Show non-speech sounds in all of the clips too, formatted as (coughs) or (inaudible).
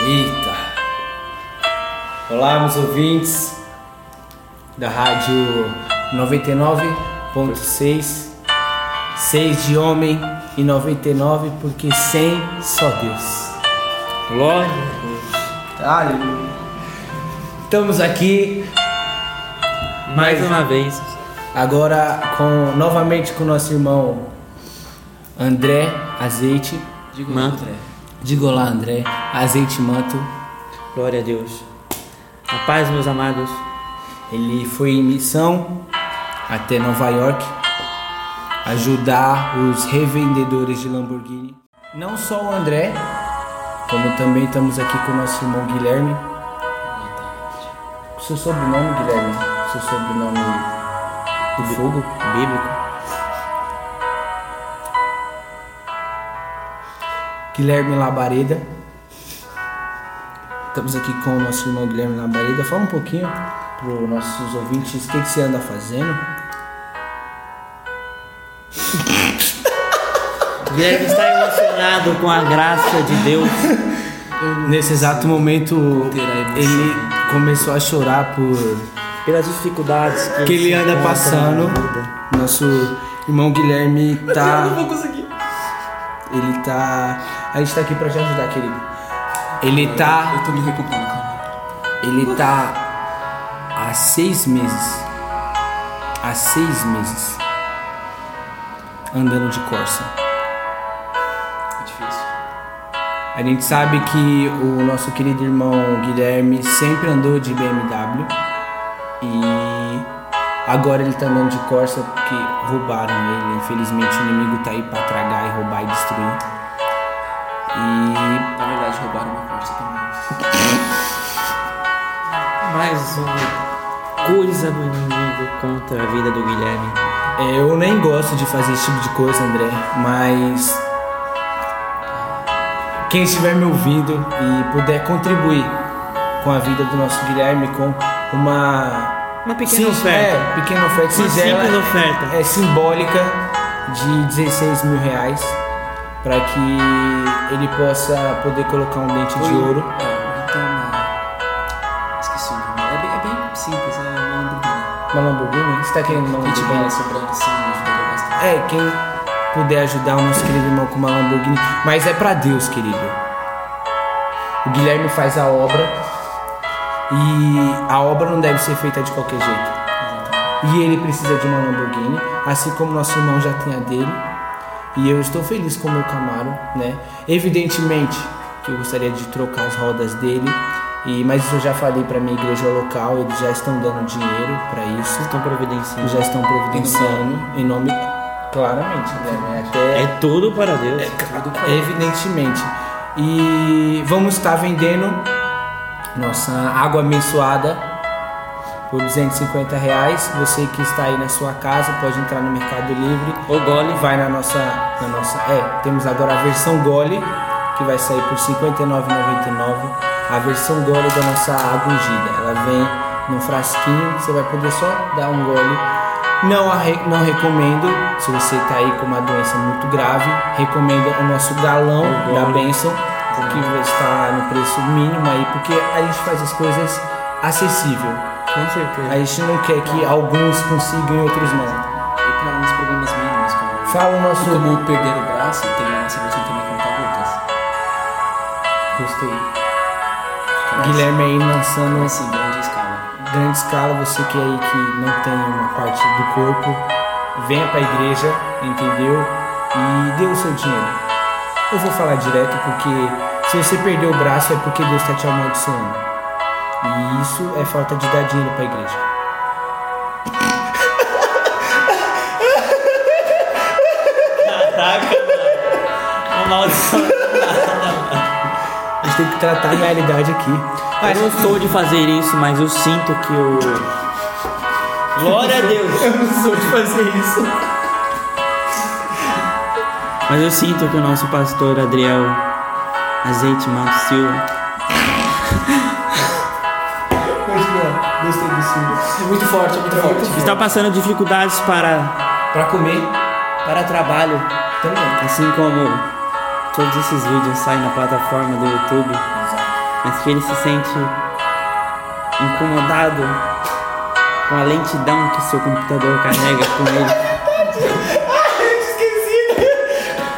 Eita! Olá, meus ouvintes da rádio 99.6, 6 de homem e 99, porque 100 só Deus. Glória. Aleluia. Estamos aqui Mais uma é. vez. agora com novamente com nosso irmão André Azeite. Digo Mano. André. Digo lá, André, Azeite Manto. Glória a Deus. A paz, meus amados. Ele foi em missão até Nova York ajudar os revendedores de Lamborghini. Não só o André, como também estamos aqui com o nosso irmão Guilherme. O seu sobrenome, Guilherme? O seu sobrenome do fogo? Bíblico. Guilherme Labareda. Estamos aqui com o nosso irmão Guilherme Labareda. Fala um pouquinho para os nossos ouvintes o que, que você anda fazendo. Guilherme está emocionado com a graça de Deus. Nesse exato momento, emoção. ele começou a chorar por Pelas dificuldades que, que ele se anda encontra passando. na vida. Nosso irmão Guilherme Eu não tá. vou conseguir. Ele tá. A gente tá aqui pra te ajudar, querido. Ele tá. Eu tô me recuperando, calma. Ele tá. Há seis meses. Há seis meses. Andando de Corsa. É difícil. A gente sabe que o nosso querido irmão Guilherme sempre andou de BMW e agora ele tá andando de Corsa porque roubaram ele. Infelizmente o inimigo tá aí pra tragar e roubar e destruir. E Na verdade, roubaram minha Corsa também. Mais uma coisa do inimigo contra a vida do Guilherme. é, eu nem gosto de fazer esse tipo de coisa, André, mas quem estiver me ouvindo e puder contribuir com a vida do nosso Guilherme com uma Uma pequena Sim, oferta. É, pequena oferta. Uma singela, simples oferta. É simbólica de 16 mil reais para que ele possa poder colocar um dente de ouro. É, então. ah, Esqueci o nome. É bem, é bem simples, é uma Lamborghini. Uma Lamborghini? Você tá querendo uma E tipo, ela Lamborghini? sobrando assim, me ajudou bastante. É, quem puder ajudar o nosso querido irmão com uma Lamborghini. Mas é para Deus, querido. O Guilherme faz a obra e a obra não deve ser feita de qualquer jeito. E ele precisa de uma Lamborghini, assim como nosso irmão já tem a dele. E eu estou feliz com o meu Camaro, né? Evidentemente que eu gostaria de trocar as rodas dele, e, mas isso eu já falei para minha igreja local, eles já estão dando dinheiro para isso Estão providenciando. já estão providenciando em nome claramente, né? Até É tudo para Deus. evidentemente. E vamos estar vendendo nossa água abençoada por 250 reais. Você que está aí na sua casa pode entrar no Mercado Livre. O gole Gole vai na nossa, na nossa. É, temos agora a versão Gole, que vai sair por R$ 59,99. A versão Gole da nossa água ungida. Ela vem num frasquinho, você vai poder só dar um gole. Não, a re- não recomendo, se você tá aí com uma doença muito grave, recomendo o nosso galão O da gole. bênção, que vai estar no preço mínimo aí, porque a gente faz as coisas acessível. Com certeza. A gente não quer que alguns consigam e outros não. E pra uns problemas mínimos, como. Fala o nosso. Como perder o braço, tem essa versão também com tabletas. Gostei. Guilherme aí lançando Assim, grande escala. grande escala, você que é aí que não tem uma parte do corpo, venha pra igreja, entendeu? E dê o seu dinheiro. Eu vou falar direto porque se você perder o braço é porque Deus tá te amaldiçoando. E isso é falta de dar dinheiro pra igreja. Caraca, mano. A maldição. A gente tem que tratar a realidade aqui. Eu não sou de fazer isso, mas eu sinto que o. Glória a Deus! eu não sou de fazer isso. Mas eu sinto que o nosso pastor Adriel Azeite Mato Silva. Continua. Gostei do símbolo. É muito forte, é muito forte. Está passando dificuldades para, Pra comer, para trabalho, também. assim como todos esses vídeos saem na plataforma do YouTube. mas que ele se sente incomodado com a lentidão que seu computador carrega com (laughs) ele. Ai, eu tinha esquecido.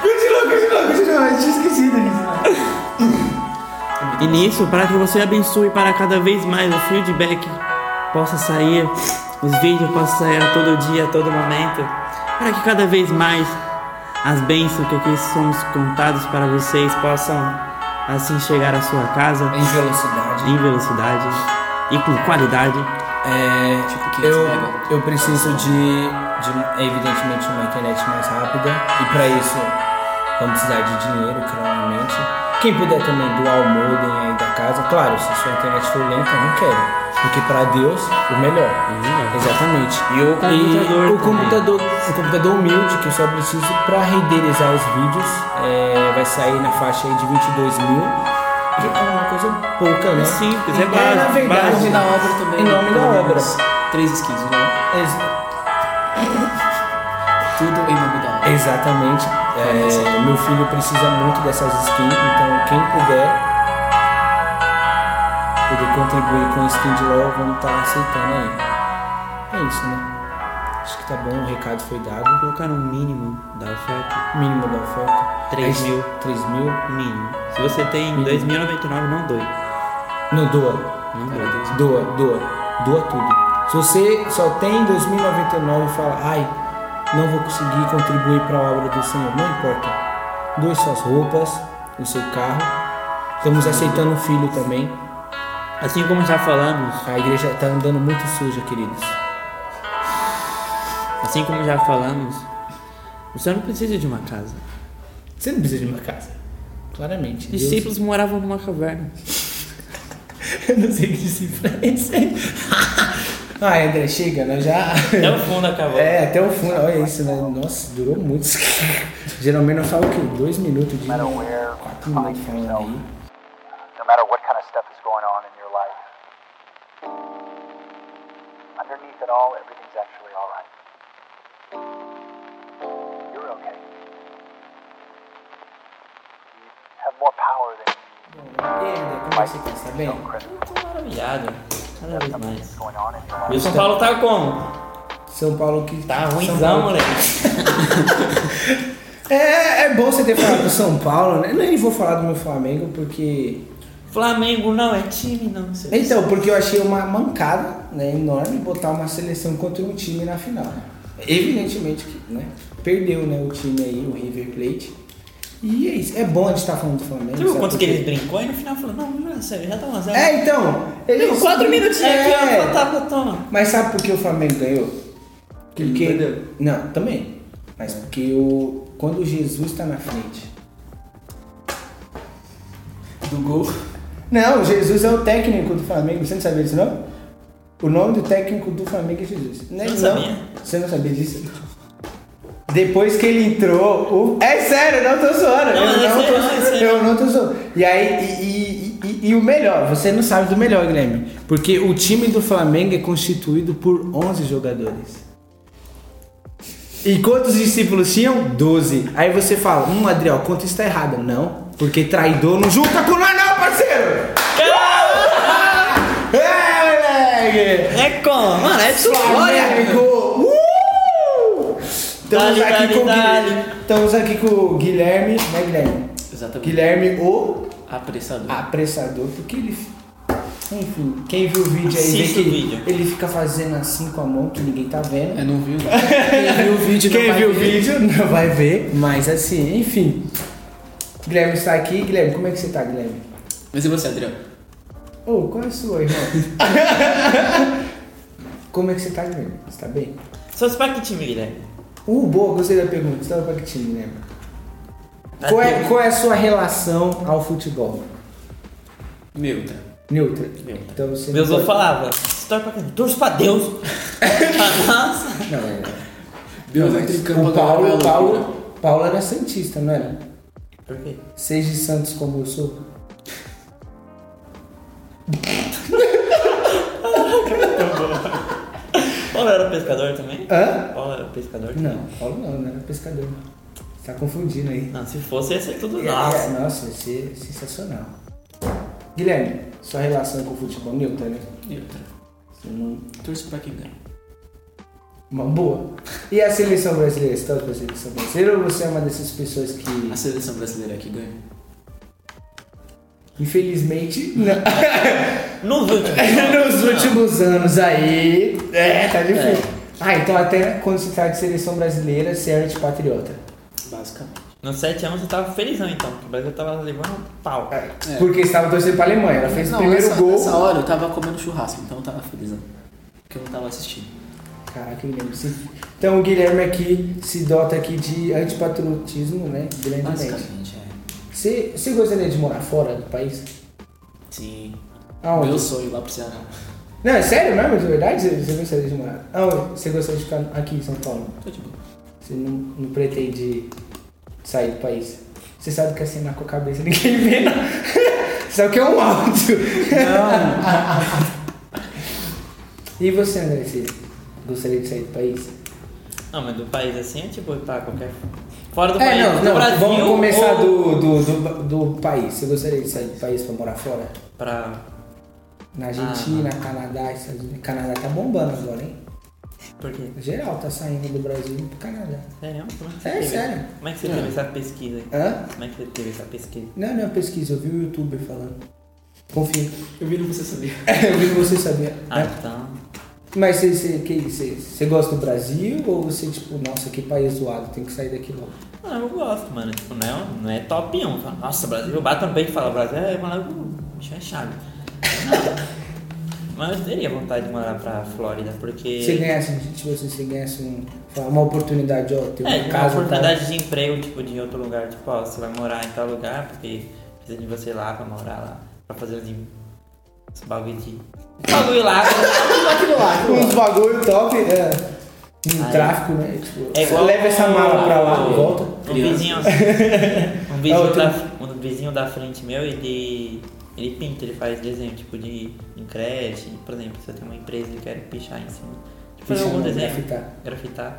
Continua, continua, continua. Eu tinha esquecido disso. E nisso, para que você abençoe para cada vez mais o feedback possa sair, os vídeos possam sair a todo dia, a todo momento, para que cada vez mais as bênçãos que aqui somos contados para vocês possam assim chegar à sua casa Em velocidade. em velocidade e com qualidade. É, Tipo 500 mega. eu, eu preciso de, de, evidentemente, uma internet mais rápida. E pra isso, vamos precisar de dinheiro, claramente. Quem puder também doar o modem aí da casa. Claro, se sua internet for lenta, eu não quero. Porque pra Deus, o melhor. Exatamente. E o Tá computador o também. computador, o computador humilde, que eu só preciso pra renderizar os vídeos. é, vai sair na faixa aí de 22 mil. Que é uma coisa pouca, né? Simples, é É, na básico, verdade, Em nome básico. É da obra também. Em nome da Pelo obra. menos Três skins, né? Ex- Tudo em nome da obra. Exatamente. É, meu filho precisa muito dessas skins, então quem puder poder contribuir com skin de LOL, vamos estar aceitando aí. É isso, né? Acho que tá bom, o recado foi dado. Colocar um mínimo da oferta, Mínimo da oferta. Três mil. 3 mil. mínimo. Se você tem 2.099, não doe. Não, doa. Não doe. Doa, doa. Doa tudo. Se você só tem 2099 e fala, ai, não vou conseguir contribuir para a obra do Senhor, não importa. Doe suas roupas, o seu carro. Estamos aceitando um filho também. Assim como já falamos, A igreja está andando muito suja, queridos. assim como já falamos, você não precisa de uma casa. Você não precisa de uma casa. Claramente. Deus- Discípulos moravam numa caverna. (laughs) Eu não sei que discípulo é esse. (laughs) ai, André, chega, nós já. Até o fundo da caverna. É, até o fundo. Olha isso, né? Nossa, durou muito. (laughs) Geralmente eu falo o quê? Dois minutos de. No matter where Quatro you minutos find falando yourself, aí. no matter what kind of stuff is going on in your life, underneath it all, everything's actually all right. You're okay. You have more power than you E aí, André, como você tá? Você tá bem? don't credit Eu tô maravilhado. Cada vez is mais. going on in your life. E o São Paulo tá como? São Paulo que. Tá São ruimzão, Paulo- moleque. É, é bom você ter falado do São Paulo, né? Nem vou falar do meu Flamengo, porque. Flamengo não é time, não. Seu Então, porque eu achei uma mancada né, enorme botar uma seleção contra um time na final. né? Evidentemente que né, perdeu né, o time aí, o River Plate. E é isso. É bom a gente estar falando do Flamengo. Você viu sabe quanto por que quê? eles brincou e no final falou, não, não, sério, já tá 1 a 0 É, então. Deu eles- quatro minutinhos É. aqui, ó, tá toma, toma. Mas sabe por que o Flamengo ganhou? Ele não perdeu. Não, também. Mas porque o... quando Jesus tá na frente. Do gol. Não, Jesus é o técnico do Flamengo. Você não sabia disso, não? O nome do técnico do Flamengo é Jesus. Não, é- Não não. sabia. Você não sabia disso? Depois que ele entrou, o... é sério, eu não tô zoando. Não, eu, mas é não sério, tô, não, é sério. eu não tô zoando. E aí, e, e- e- e o melhor, você não sabe do melhor, Guilherme. Porque o time do Flamengo é constituído por 11 jogadores. E quantos discípulos tinham? 12. Aí você fala, hum, Adriel, conta está errado. Não, porque traidor não junta com nós, não, parceiro! É, moleque! É como? Mano, é sua né, glória. Flamengo! Uh! Estamos Dale, aqui, com o dale, Guilherme- dale. estamos aqui com o Guilherme, né, Guilherme? Exatamente. Guilherme, o Apressador. apressador, porque ele. Enfim, quem viu o vídeo aí vê Assista que o vídeo. ele fica fazendo assim com a mão que ninguém tá vendo. Eu não vi o (laughs) (laughs) Quem viu o vídeo não Quem vai viu o ver. vídeo não vai ver, mas assim, enfim. Guilherme está aqui. Guilherme, como é que você tá, Guilherme? Mas e você, Adriano? Ô, qual é a (laughs) sua, irmão? como é que você tá, Guilherme? Você tá bem? Só se pra que é? time, Guilherme? Uh, boa, gostei da pergunta. Você tava pra que time, Guilherme? Tá Qual é, bem. qual é a sua relação ao futebol? Meu, tá. Neutra. Neutra. Então você não Meus avô pode- falava, história pra quem? Torço pra (laughs) Deus. pra nossa. Não, é. Deus não, entre mas campo o Paulo, agora, o Paulo, Paulo era Santista, não era? Por quê? Seja de Santos como eu sou. Paulo era pescador também? Hã? Paulo era pescador? Não, Paulo não, não era pescador. Você tá confundindo aí. Não, se fosse ia ser tudo É, é, nosso. nossa, vai ser sensacional. Guilherme, sua relação com o futebol neutra, né? Neutra. Você não- Torço pra quem ganha. Uma boa. E a seleção brasileira? Você torce pra seleção brasileira ou você é uma dessas pessoas que, A seleção brasileira que ganha. infelizmente, não. (laughs) Nos últimos. Nos últimos anos aí. É, tá difícil. Ah, então até quando se trata de seleção brasileira, você é era de patriota. Basicamente. Nos sete anos você tava felizão então, porque o Brasil tava levando pau. É. Porque estava torcendo pra Alemanha. Ela fez Não, o primeiro nessa, gol. Nessa hora eu tava comendo churrasco, então eu tava felizão. Porque eu não tava assistindo. Caraca, Guilherme. se- Então o Guilherme aqui se dota aqui de antipatriotismo, né? Grandemente. Basicamente, é. Você, você gostaria de morar fora do país? Sim. Aonde? Meu sonho lá pro Ceará. Não, é sério mesmo? De verdade? Você, você gostaria de morar? Aonde? Você gostaria de ficar aqui em São Paulo? Tô de boa. Você não, não pretende sair do país? Você sabe que assinar com a cabeça ninguém vê, não. (laughs) Você sabe que é um áudio. (laughs) e você, André, você gostaria de sair do país? Não, mas do país assim é tipo, tá, qualquer. Fora do É, Tá país, não, do não. Brasil. Vamos começar ou... do, do, do, do país. Você gostaria de sair do país pra morar fora? Pra. Na Argentina, Canadá, Estados Unidos. Canadá tá bombando agora, hein? Por quê? Geral tá saindo do Brasil pro Canadá. Sério? Como é que você Sério, teve? sério. Como é que você teve essa pesquisa aí? Hã? Como é que você teve essa pesquisa? Não, não, pesquisa. Eu vi o youtuber falando. Confio. Eu vi no (laughs) Você Sabia. Eu vi você sabia. Ah, né? então. Mas você, você, que, você, você gosta do Brasil ou você, tipo, nossa, que país zoado, tem que sair daqui logo? Ah, eu gosto, mano. Tipo, não é, não é top 1. Fala, Nossa, Brasil, eu bato no peito e falo, Brasil é maluco, bicho é chave. Não. Mas eu teria vontade de morar pra Flórida, porque. Se você ganhasse, tipo assim, se você ganhasse um, uma oportunidade, ó, ter uma É, uma casa. tá? oportunidade de emprego, tipo, de outro lugar, tipo, ó, você vai morar em tal lugar, porque precisa de você lá pra morar lá, pra fazer os, em- os bagulho de. os bagulho lá. tá? Uns bagulho top, é. Um Aí. tráfico, né? Tipo, É igual leva essa mala pra lá, o- volta. (laughs) Um vizinho. Um É, vizinho, outro- da, um vizinho da frente meu, ele. Ele pinta, ele faz desenho, tipo, de em creche, por exemplo, se eu tenho uma empresa e quero pichar em cima. Tipo, fazer Pichar algum não, desenho. assim, grafitar. Grafitar.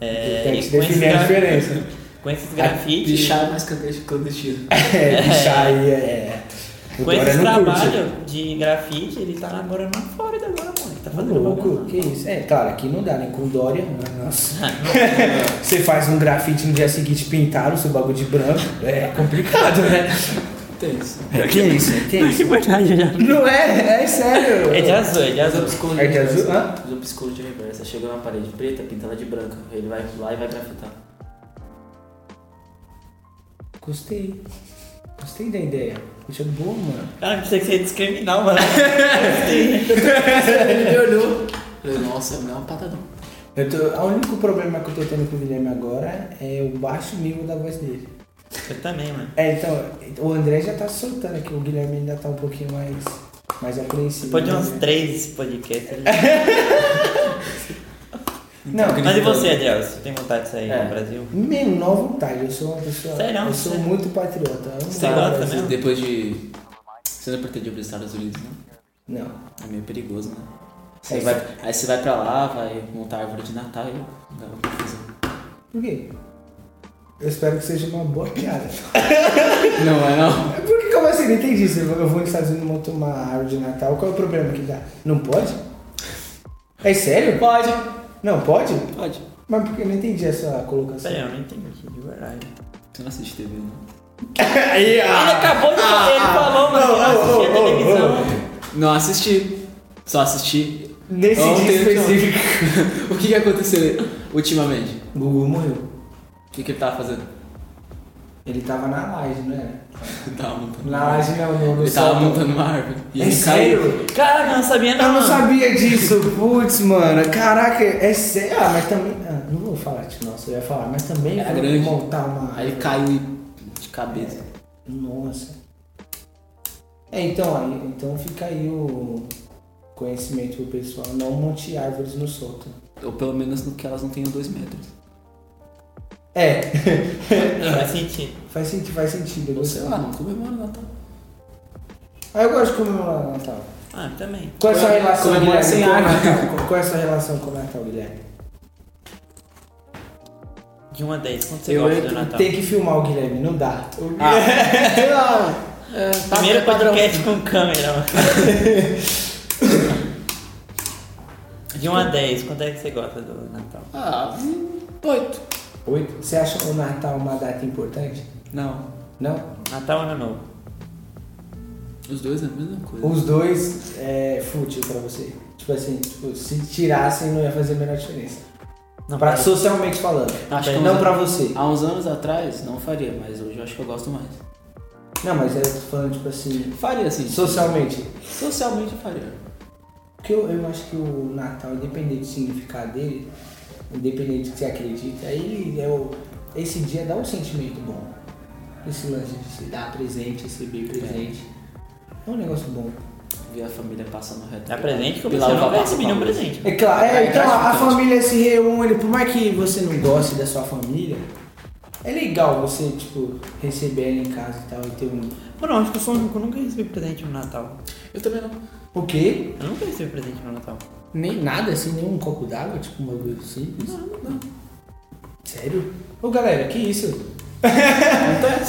É, Tem e que com esses definir a gra- diferença. (laughs) Com esses grafites. Pichar é mais cante- clandestino. É, bichar aí é. O Com Dória esse não curte. trabalho de grafite, ele tá namorando na Flórida agora, mano. Ele tá Ô, fazendo Louco, bagulho. que isso? É, claro, aqui não dá, né? Com Dória, não, nossa. (laughs) Você faz um grafite no dia seguinte pintaram o seu bagulho de branco. É complicado, né? Tem isso. Que isso? Que isso? verdade, eu já Não é, é sério. (laughs) É de azul, é de Mas eu (laughs) azul. piscou de É de azul? reversa. Hã? Mas eu piscou de reversa. Chegou na parede preta, pinta ela de branca. Ele vai lá e vai grafitar. Gostei. Gostei da ideia. Achei boa, mano. (laughs) Cara, pensei que você ia discriminar, mano. Ele olhou. Falei, nossa, não é um patadão. Eu tô, o único problema que eu tô tendo com o Guilherme agora é o baixo nível da voz dele. Eu também, mano. É, então, o André já tá soltando aqui, o Guilherme ainda tá um pouquinho mais, mais apreensivo. Depois de uns né? três podcasts. ele- Não, Mas e você, Adiel? Você tem vontade de sair É. do Brasil? Meu, não à vontade, tá, eu sou uma pessoa. Sério? Eu sou Você- muito patriota. eu amo Você o gosta Brasil. mesmo? Depois de. Você não pretende ir para os Estados Unidos, né? Não. É meio perigoso, né? É, Você vai, aí você vai pra lá, vai montar árvore de Natal e dá uma confusão. Por quê? Eu espero que seja uma boa piada. (laughs) Não, é não. Por que que eu assim? Não entendi. Se eu eu vou nos Estados Unidos monto uma árvore de Natal, qual é o problema que dá? Não pode? É sério? Pode. Não pode? Pode. Mas porque eu não entendi essa colocação. Peraí, eu não entendi, de verdade. Você não assiste TV, né? (laughs) Aí, Ele acabou de falar, é, ele falou, mano, que Ah, não assistia televisão. Não assisti. Só assisti. Nesse Ontem dia eu tinha- um específico. (laughs) o que, que aconteceu ultimamente? Gugu morreu. O que, que ele tava fazendo? Ele tava na laje, não era? tava montando Na laje não, no, no Ele tava sótão. montando uma árvore. E É ele caiu. sério? Caraca, eu não sabia não. Eu não mano. sabia (laughs) disso, putz, mano. Caraca, é sério. Ah, mas também. Ah, não vou falar de nossa, eu ia falar, mas também Era vou grande. montar uma. Aí ele caiu e- de cabeça. Nossa. É, então, aí, então fica aí o conhecimento pro pessoal. Não monte árvores no sótão. Ou pelo menos no que elas não tenham dois metros. É, Não faz sentido. faz sentido, faz sentido. eu Ou sei gostei. lá, não comemora o Natal. Ah, eu gosto de comemorar o Natal. Ah, também. Qual é a sua Comemora- relação, comemora Guilherme, sem com o árvore. Natal? Qual é a sua relação com o Natal, Guilherme? De 1 a 10, quanto você Eu gosta entro- do Natal? é Ah. (laughs) Tem que filmar o Guilherme, não dá. O Guilherme- Primeiro podcast com câmera. (laughs) mano. De 1 a 10, quanto é que você gosta do Natal? Ah, hum, oito. Oito. Você acha o Natal uma data importante? Não. Não? Natal ou Ano Novo? Os dois é a mesma coisa. Os dois é fútil pra você. Tipo assim, tipo, se tirassem não ia fazer a menor diferença. Não, pra, peraí. socialmente falando. Acho é que um não uns- pra você. Há uns anos atrás não faria, mas hoje eu acho que eu gosto mais. Não, mas eu tô falando, tipo assim, Faria sim. socialmente. Socialmente eu faria. Porque eu, eu acho que o Natal, independente do significado dele, independente do que você acredita, ele é o, esse dia dá um sentimento bom. Esse lance de se dar presente, receber presente. É, um negócio bom. Ver a família passando reto. Dá É presente que eu Pela você não vai uva receber passa nenhum pra luz. um presente. É claro, é, É então a gratificante. família se reúne, por mais que você não goste da sua família, é legal você, tipo, receber ela em casa e tal e ter um. Mano, eu acho que eu, sou, eu nunca recebi presente no Natal. Eu também não. O quê? Eu nunca recebi presente no Natal. Nem nada assim, nenhum copo d'água, tipo um bagulho simples. Não, não. Sério? Ô galera, que isso?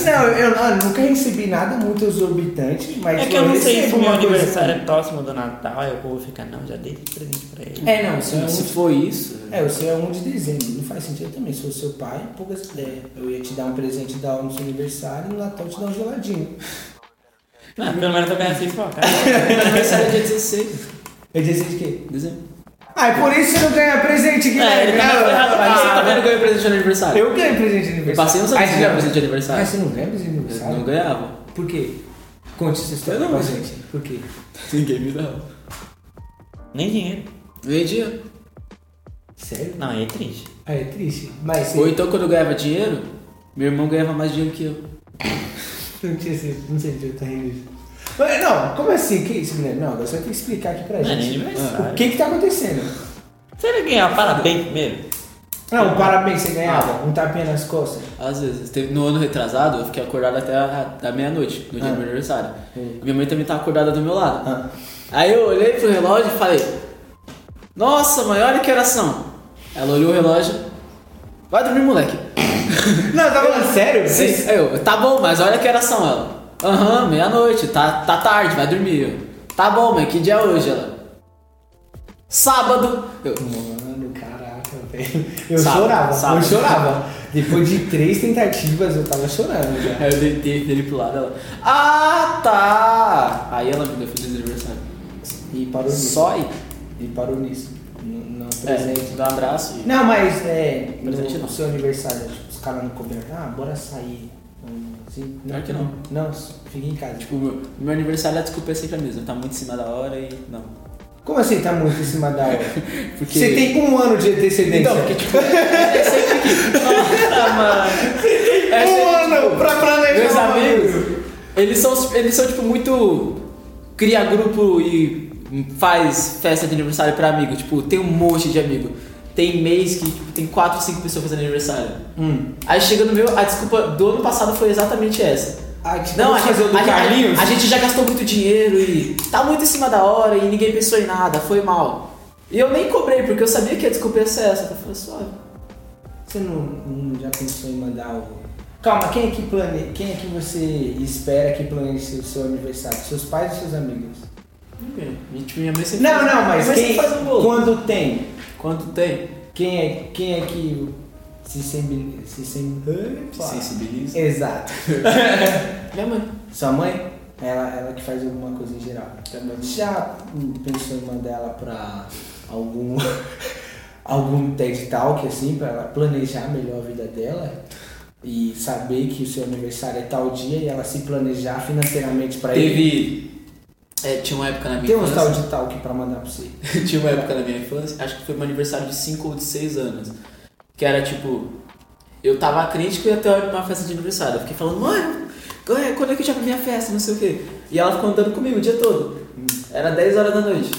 não, eu, eu nunca recebi nada muito exorbitante, mas É que tipo, eu não sei recebo se meu uma coisa- assim. aniversário é próximo do Natal, aí eu vou ficar, não, já dei esse presente pra ele. É, não, isso é Se, se um. for isso. É, você é um de dezembro, não faz sentido também. Se fosse seu pai, poucas ideias. Eu ia te dar um presente da hora no seu aniversário e no Natal te dar um geladinho. Não, pelo menos eu ganhei assim, seis focas. Meu aniversário é dia 16 Eu disse de quê? de dezembro. Ah, é por isso que você não ganha presente, É, Guilherme. ele tá mais ferrado, Ah, Ah, você tá vendo que eu ganhei presente de aniversário? Eu ganho presente de aniversário. passei uns anos Aí sem você ganhar não- presente de aniversário. Mas você não ganha presente de aniversário? Eu não ganhava. Por quê? Conte essa história Eu não pra ganho. gente. Por quê? Ninguém me dava. Nem dinheiro. Ganhei dinheiro. Sério? Não, aí é triste. Ah, é triste. Mas você Ou então quando eu ganhava dinheiro, meu irmão ganhava mais dinheiro que eu. não tinha sido. Não sei de onde tá rindo isso. Mas, Não, como assim? Que isso, Guilherme? Não, agora você tem que explicar aqui pra Não é nem gente. aniversário. O que que tá acontecendo? Você vai ganhar parabéns primeiro? Não, É, um parabéns, você ganhava um tapinha nas costas. Às vezes. Teve- no ano retrasado, eu fiquei acordado até a, a meia-noite, no dia Ah. do meu aniversário. Hum. Minha mãe também tava acordada do meu lado. Ah. Aí eu olhei pro relógio e falei, nossa mãe, olha que horas são. Ela olhou o relógio, vai dormir moleque. Não, tá falando sério? Sim. Aí eu, tá bom, mas olha que horas são ela. Aham, meia-noite, tá, tá tarde, vai dormir. Eu, tá bom, mãe, que dia é hoje ela? Sábado. Eu, Mano, caraca, velho. Eu Sábado, chorava, eu sábado. chorava. Depois de três tentativas, eu tava chorando já. aí eu deitei dele pro lado, ela, ah tá. Aí ela me deu feliz aniversário. E parou nisso. Só aí. E parou nisso. N- Não presente. É, dá um abraço e... Não, mas é. Presente no não. seu aniversário, tipo, os caras não comeram. Ah, bora sair. Hum, Assim, Claro que não. Não, s- fica em casa. Tipo, meu, meu aniversário, a desculpa é sempre a mesma. Tá muito em cima da hora e não. Como assim tá muito em cima da hora? (laughs) Porque- Você tem um ano de antecedência. Então, porque tipo, é sempre (laughs) que. Nossa, Ah, tá, mano. É um sempre, ano pra planejar. meus um amigos, eles são, eles são tipo muito. Cria grupo e faz festa de aniversário pra amigo. Tipo, tem um monte de amigo. Tem mês que tipo, tem 4, 5 pessoas fazendo aniversário. Hum. Aí chega no meu, a desculpa do ano passado foi exatamente essa. Ah, tipo, Não, a vamos gente, fazer o do a gente- Carlinhos? a gente já gastou muito dinheiro e tá muito em cima da hora e ninguém pensou em nada, foi mal. E eu nem cobrei, porque eu sabia que a desculpa ia ser essa. Eu falei, suave. Você não, não já pensou em mandar o. Calma, quem é que plane... quem é que você espera que planeje o seu aniversário? Seus pais ou seus amigos? E, tipo, minha mãe sempre Não, faz- não, mas minha mãe quem sempre faz um bolo. quando tem, Quanto tem? quem é, quem é que se sem se sem Sensibiliza. Exato. Minha mãe. Sua mãe? Ela, ela que faz alguma coisa em geral. Então, Já pensou em mandar ela pra algum (laughs) algum TED Talk assim pra ela planejar melhor a vida dela e saber que o seu aniversário é tal dia e ela se planejar financeiramente pra ele. Teve. é, tinha uma época na minha Tem um uns tal infância. de talk pra mandar pra você. (laughs) tinha uma época na minha infância, acho que foi meu aniversário de 5 ou de 6 anos. Que era tipo. Eu tava crente que eu ia ter uma festa de aniversário. Eu fiquei falando, mano, quando é quando é que eu já pra minha festa? Não sei o quê. E ela ficou andando comigo o dia todo. Era 10 horas da noite.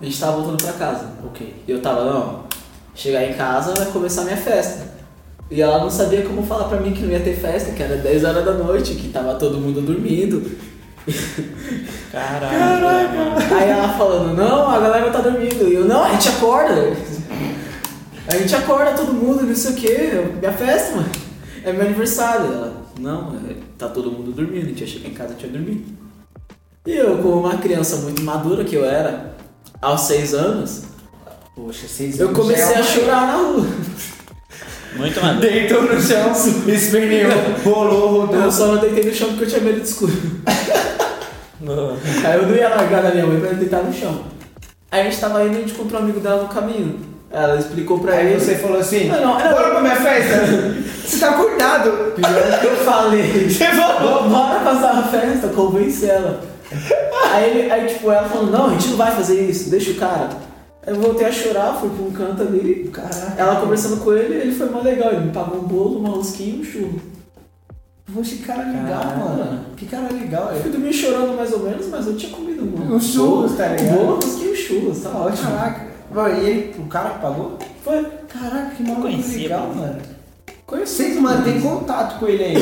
A gente tava voltando pra casa. Ok. E eu tava, não, chegar em casa vai começar a minha festa. E ela não sabia como falar pra mim que não ia ter festa, que era 10 horas da noite, que tava todo mundo dormindo. Caralho. Aí ela falando, não, a galera tá dormindo. E eu, não, a gente acorda. A gente acorda todo mundo, não sei o que, minha festa, mano. É meu É aniversário. Ela, Não, é, tá todo mundo dormindo, a gente ia chegar em casa e tinha dormido. E eu, como uma criança muito madura que eu era, aos seis anos, Poxa, seis eu anos já comecei é a uma- chorar na rua. Muito maneiro. Deitou no (laughs) chão, esperneou, rolou, rodou. Eu só não deitei no chão porque eu tinha medo de escuro. Aí eu não ia largar da minha mãe pra ela deitar no chão. Aí a gente tava indo e a gente encontrou um amigo dela no caminho. Ela explicou pra Aí ele. você falou assim, Não, não, não. bora pra minha festa? (laughs) Você tá acordado. Pior que eu falei. Você falou, bora passar a festa, convence ela. Aí, ele- aí tipo, ela falou, não, a gente não vai fazer isso, deixa o cara. Aí eu voltei a chorar, fui pra um canto ali. Caraca. Ela conversando com ele, ele foi mó legal, ele me pagou um bolo, uma rosquinha e um churro. Poxa, que cara legal, Caraca. mano. Que cara legal. Eu fui dormir chorando mais ou menos, mas eu tinha comido um. Um churros, tá ligado? Um bolo, rosquinha e um churros, tá ótimo. Caraca. Bom, e ele, o cara que pagou? Foi. Caraca, que maluco Conhecia, legal, mano. mano. Vocês mantêm contato com ele aí?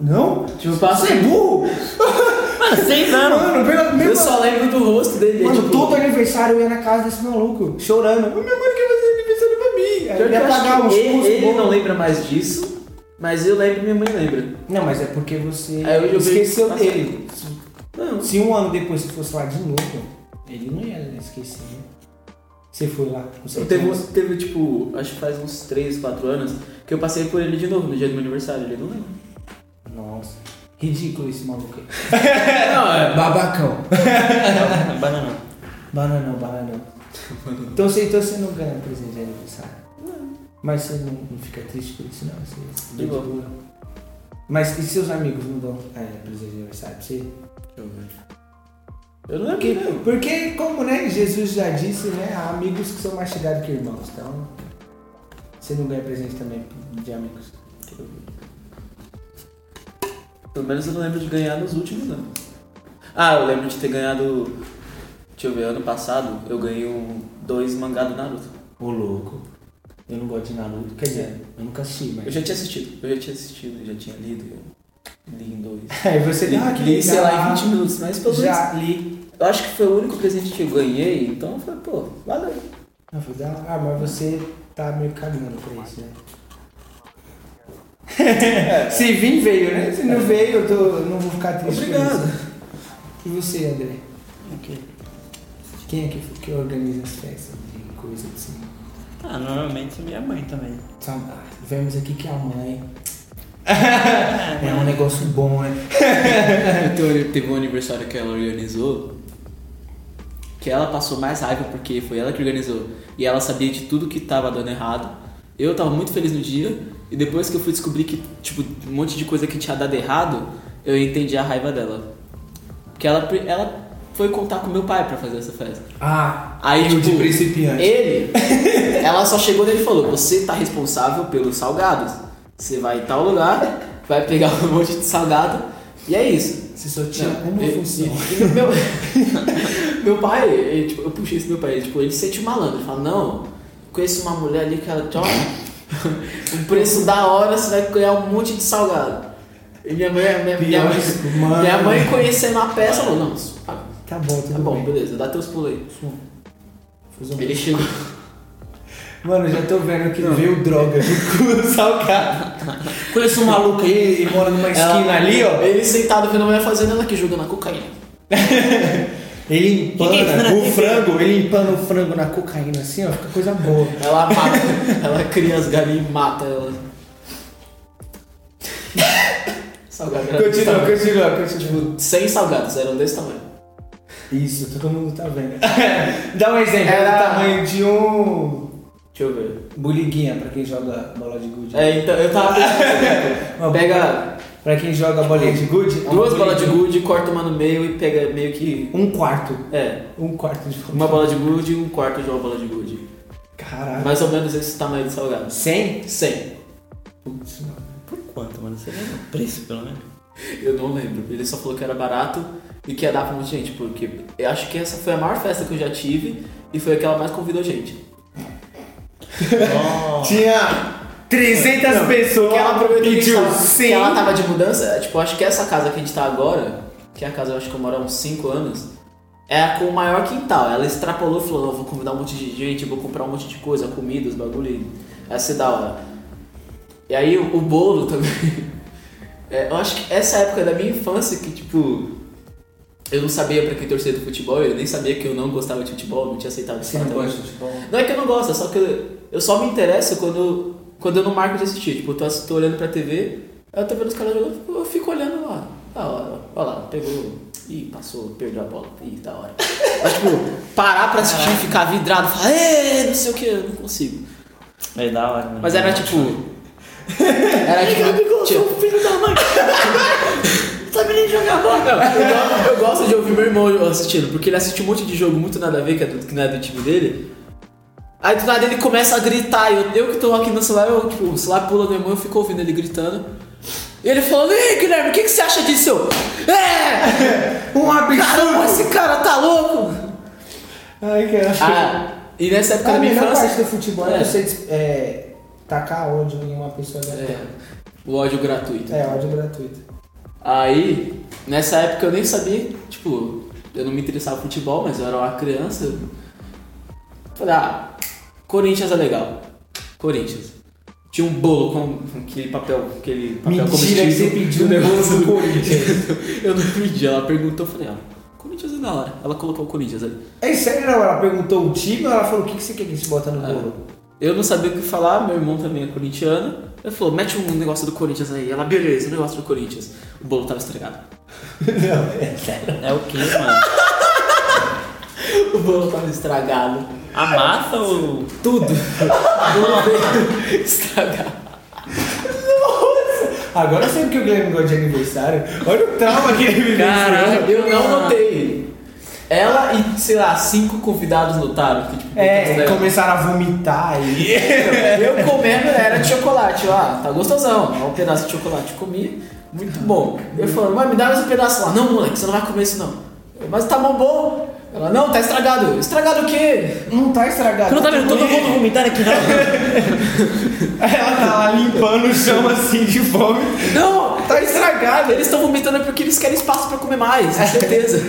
Não? Tipo, eu passo- Você é burro? Mano, seis anos. Mano, pela Eu meu só lembro do rosto dele. Mano, tipo, todo aniversário eu ia na casa desse maluco, chorando. Ô, Minha mãe quer fazer aniversário tá pra mim. Aí pior eu que ia eu acho pagar um que uns ele, cursos ele bons. não lembra mais disso, mas eu lembro e minha mãe lembra. Não, mas é porque você Aí hoje eu vejo- esqueceu Nossa. dele. Não. Se um ano depois você fosse lá de novo, ele não ia esquecer. né? Você foi lá com Eu seus Teve, um- anos. teve, tipo, acho que faz uns 3, 4 anos que eu passei por ele de novo no dia do meu aniversário, ele não lembra. Nossa, ridículo esse maluco aí. Não, é. Babacão. Ah, Banana. Bananão, bananão. então, você, então você não ganha presente de aniversário? Não. Mas você não, não fica triste por isso, não? Você De boa. Mas e seus amigos não dão é, presente de aniversário pra você? Eu não Porque, lembro. não. porque, como né, Jesus já disse, né, há amigos que são mais chegados que irmãos. Então, você não ganha presente também de amigos. Pelo menos eu não lembro de ganhar nos últimos anos. Ah, eu lembro de ter ganhado. Deixa eu ver, ano passado eu ganhei um, dois mangá do Naruto. Ô louco, eu não gosto de Naruto. Quer dizer, eu nunca assisti, mas... Eu já tinha assistido, eu já tinha assistido, eu já tinha lido. Eu li em dois. Aí você Li, ah, que li, sei lá, em legal. 20 minutos, mas pelo menos. Já li. Eu acho que foi o único presente que eu ganhei, então foi, pô, valeu. Ah, foi da- ah, mas você tá meio cagando pra isso, né? (laughs) É. Se vir, veio, né? Se não veio, eu tô, não vou ficar triste Obrigado. por isso. E você, André? Quem é que, que organiza as festas de coisa assim? Ah, normalmente minha mãe também. Então, ah, vemos aqui que a mãe (laughs) é um negócio bom, né? (laughs) Então, teve um aniversário que ela organizou. Que ela passou mais raiva porque foi ela que organizou. E ela sabia de tudo que tava dando errado. Eu tava muito feliz no dia. E depois que eu fui descobrir que, tipo, um monte de coisa que tinha dado errado, eu entendi a raiva dela. Porque ela, pre- ela foi contar com meu pai pra fazer essa festa. Ah, Aí, erro tipo, de principiante. Ele, ela só chegou nele e falou: Você tá responsável pelos salgados. Você vai em tal lugar, vai pegar um monte de salgado, e é isso. Você só tinha Não, uma e- função. e- e meu, (laughs) meu pai, ele, tipo, eu puxei isso do meu pai, ele, tipo, ele se sente malandro. Ele fala: Não, conheço uma mulher ali que ela toma (laughs) um preço da hora, você vai ganhar um monte de salgado. E minha mãe, minha, minha Pior mãe, isso, mano. minha mãe conhecendo a peça, falou: Não, isso, tá Tá bom, tudo bom, bem. beleza, dá teus pulos aí. Fiz um- Ele chegou. Mano, eu já tô vendo que veio droga junto com o salgado. Conheço (laughs) um maluco aí, ele mora numa esquina Ela- ali, ó. Ele sentado vendo a mulher fazendo, ela que jogando a cocaína. Ele Que que é isso, empana mano? o frango, ele empana o frango na cocaína assim, ó, fica coisa boa. Ela mata, (laughs) ela cria as galinhas e mata ela. (laughs) Salgado tá era desse tamanho. continua, continua. Sem salgados, eram desse tamanho. Tipo, Isso, todo mundo tá vendo. Dá um exemplo, Era- do tamanho de um. Deixa eu ver. Buliguinha, pra quem joga bola de gude. É, então, eu tava Uma pensando. (laughs) Pega Pra quem joga bolinha de gude, é uma duas bolas de bolinha gude, corta uma no meio e pega meio que. Um quarto. É, Um quarto de uma bola de gude e um quarto de uma bola de gude. Caraca. Mais ou menos esse tamanho de salgado. 100? 100. Putz, mano. Por quanto, mano? Você lembra o preço, pelo menos? Eu não lembro. Ele só falou que era barato e que ia dar pra muita gente, porque eu acho que essa foi a maior festa que eu já tive e foi aquela mais convidou gente. Tinha 300 pessoas. Porque ela aproveitou que, a gente pediu tava, que 100. ela tava de mudança. Tipo, acho que essa casa que a gente tá agora, que é a casa eu acho que eu moro há uns 5 anos, é a com o maior quintal. Ela extrapolou e falou: não, vou convidar um monte de gente, vou comprar um monte de coisa, comida, os bagulho. Essa é da hora. E aí o, o bolo também. (laughs) É, eu acho que essa época da minha infância que, tipo, eu não sabia pra quem torcer do futebol, eu nem sabia que eu não gostava de futebol, não tinha aceitado isso Você não até gosta hoje. de futebol? Não é que eu não gosto, é só que eu, eu só me interesso quando, quando eu não marco de assistir. Tipo, eu tô, ass- tô olhando pra TV, eu tô vendo os caras jogando, eu fico- eu fico olhando lá. Da hora, olha lá, pegou. Ih, passou, perdeu a bola. Ih, da hora. Mas, tipo, parar pra assistir, ficar vidrado, falar, "Ê, não sei o que, eu não consigo. É da hora, né? Mas era (laughs) tipo. Era tipo. tipo um filho da mãe. (laughs) Sabe nem jogar bola. Não, eu, go- eu gosto de ouvir meu irmão assistindo, porque ele assiste um monte de jogo muito nada a ver, que, é do- que não é do time dele. Aí do nada ele começa a gritar, e eu, eu que tô aqui no celular, eu, tipo, o celular pula no meu irmão, eu fico ouvindo ele gritando. E ele falando, ei Guilherme, o que, que você acha disso? Eu, (laughs) É! Um Caramba, absurdo! esse cara tá louco! Ai, que Ah, e nessa É época A da minha melhor infância. parte do futebol é, É. você des- é, tacar ódio em uma pessoa da É, o ódio gratuito. É, ódio gratuito. Aí, nessa época eu nem sabia, tipo, eu não me interessava por futebol, mas eu era uma criança. eu Falei, ah, Corinthians é legal. Corinthians. Tinha um bolo com aquele papel, aquele papel Mentira que você pediu um negócio do Corinthians. (laughs) Eu não pedi, ela perguntou, eu falei, ah, Corinthians é da hora. Ela colocou o Corinthians ali. É sério, não? Ela perguntou o time ela falou o que, que você quer que se bota no Ah. bolo? Eu não sabia o que falar, meu irmão também é corintiano. Ele falou, mete um negócio do Corinthians aí. Ela, beleza, um negócio do Corinthians. O bolo tava estragado. É o que, mano? O bolo tava estragado. A massa ou. Tudo. Tudo (laughs) estragado. Agora eu sei porque o Guilherme gosta de aniversário. Olha o trauma que ele viveu. Caralho, eu Ah. não notei. Ela e, sei lá, cinco convidados notaram. Que, tipo, É, todos, né? começaram a vomitar e. Eu comendo era de chocolate. Eu, Ah, tá gostosão. Ó, Um pedaço de chocolate comi. Muito bom. Eu falando, mas me dá mais um pedaço lá. Não, moleque, você não vai comer isso não. Eu, Mas tá bom, bom. Ela, não, tá estragado. Estragado o quê? Não tá estragado. Tu não tá vendo todo bonito. mundo vomitando aqui, né? não? Ela tá lá limpando o chão assim de fome. Não, Tá estragado. eles estão vomitando porque eles querem espaço pra comer mais, com (laughs) certeza.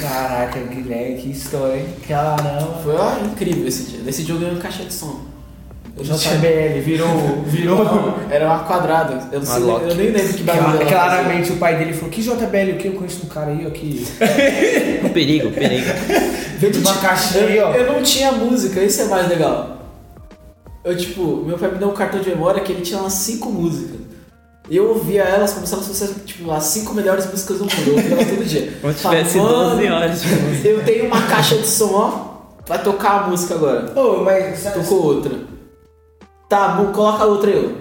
Caraca, Guilherme, que história, hein? Caramba. Foi ó, incrível esse dia. Nesse dia eu ganhei um caixa de som. Eu já tinha JBL virou. (laughs) virou. Não, (coughs) era uma quadrada. Eu, não sei, Loki. eu nem lembro que né? assim. barulho. Cla- ela Claramente o pai dele falou, que JBL o que eu conheço um cara aí, ó, que Um perigo, um perigo. vende uma caixinha fazia. aí, eu, ó. eu não tinha música, isso é mais legal. Eu, tipo, meu pai me deu um cartão de memória que ele tinha umas cinco músicas. E eu ouvia elas como se elas fossem, tipo, as cinco melhores músicas do mundo. Eu ouvia elas todo dia. (laughs) Como se tivesse Falava, 12 "Mano, horas de música. Eu tenho uma caixa de som, ó. Vai tocar a música agora. Ô, mas sabe, Tocou outra. Tá, bu- coloca outra aí.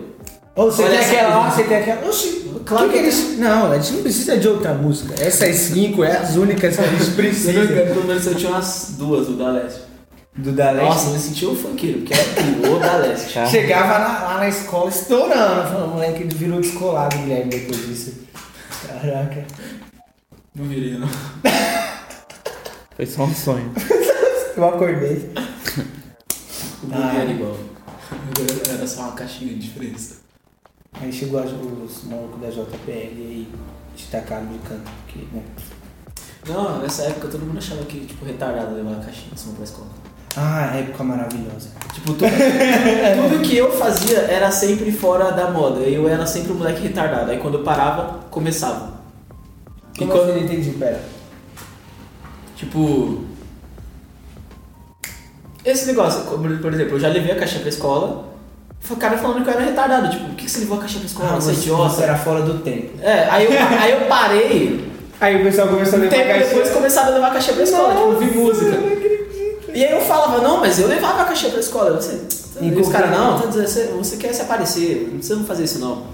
ó. Ô, você Olha tem essa aquela, ó, música. você tem aquela. Oxi, Claro claro que, que eles. Não, a gente não precisa de outra música. Essas cinco é as únicas que a gente Se não me precisa. engano, pelo menos eu tinha umas duas do Da Leste. Do da Leste. Nossa, eu me senti um funkeiro, porque era incrível, o da Leste. Chegava na- lá na escola estourando. Falando, moleque, ele virou descolado, Guilherme, depois disso. Caraca. Não virei, né? não. Foi só um sonho. Eu acordei. O bug Ah. era igual. Agora (laughs) Era só uma caixinha de diferença. Aí chegou as- os malucos da JPL e destacaram de canto, porque, né? Não, nessa época todo mundo achava que, tipo, retardado levar a caixinha de som pra escola. Ah, época maravilhosa. Tipo, (laughs) tudo, tudo que eu fazia era sempre fora da moda. Eu era sempre um moleque retardado. Aí quando eu parava, começava. E Como assim? quando- eu não entendi, pera. Tipo. Esse negócio, como, por exemplo, eu já levei a caixa pra escola. O cara falando que eu era retardado. Tipo, por que que você levou a caixa pra escola? Ah, você você, é você idiota. era fora do tempo. É, aí eu, aí eu parei. Aí o pessoal começou a Um levar tempo caixinha. depois começaram a levar a caixa pra escola, tipo, ouvir música. Eu não acredito. E aí eu falava, não, mas eu levava a caixa pra escola. Você, e os caras, não, tá dizendo, você, você quer se aparecer, não precisa fazer isso não.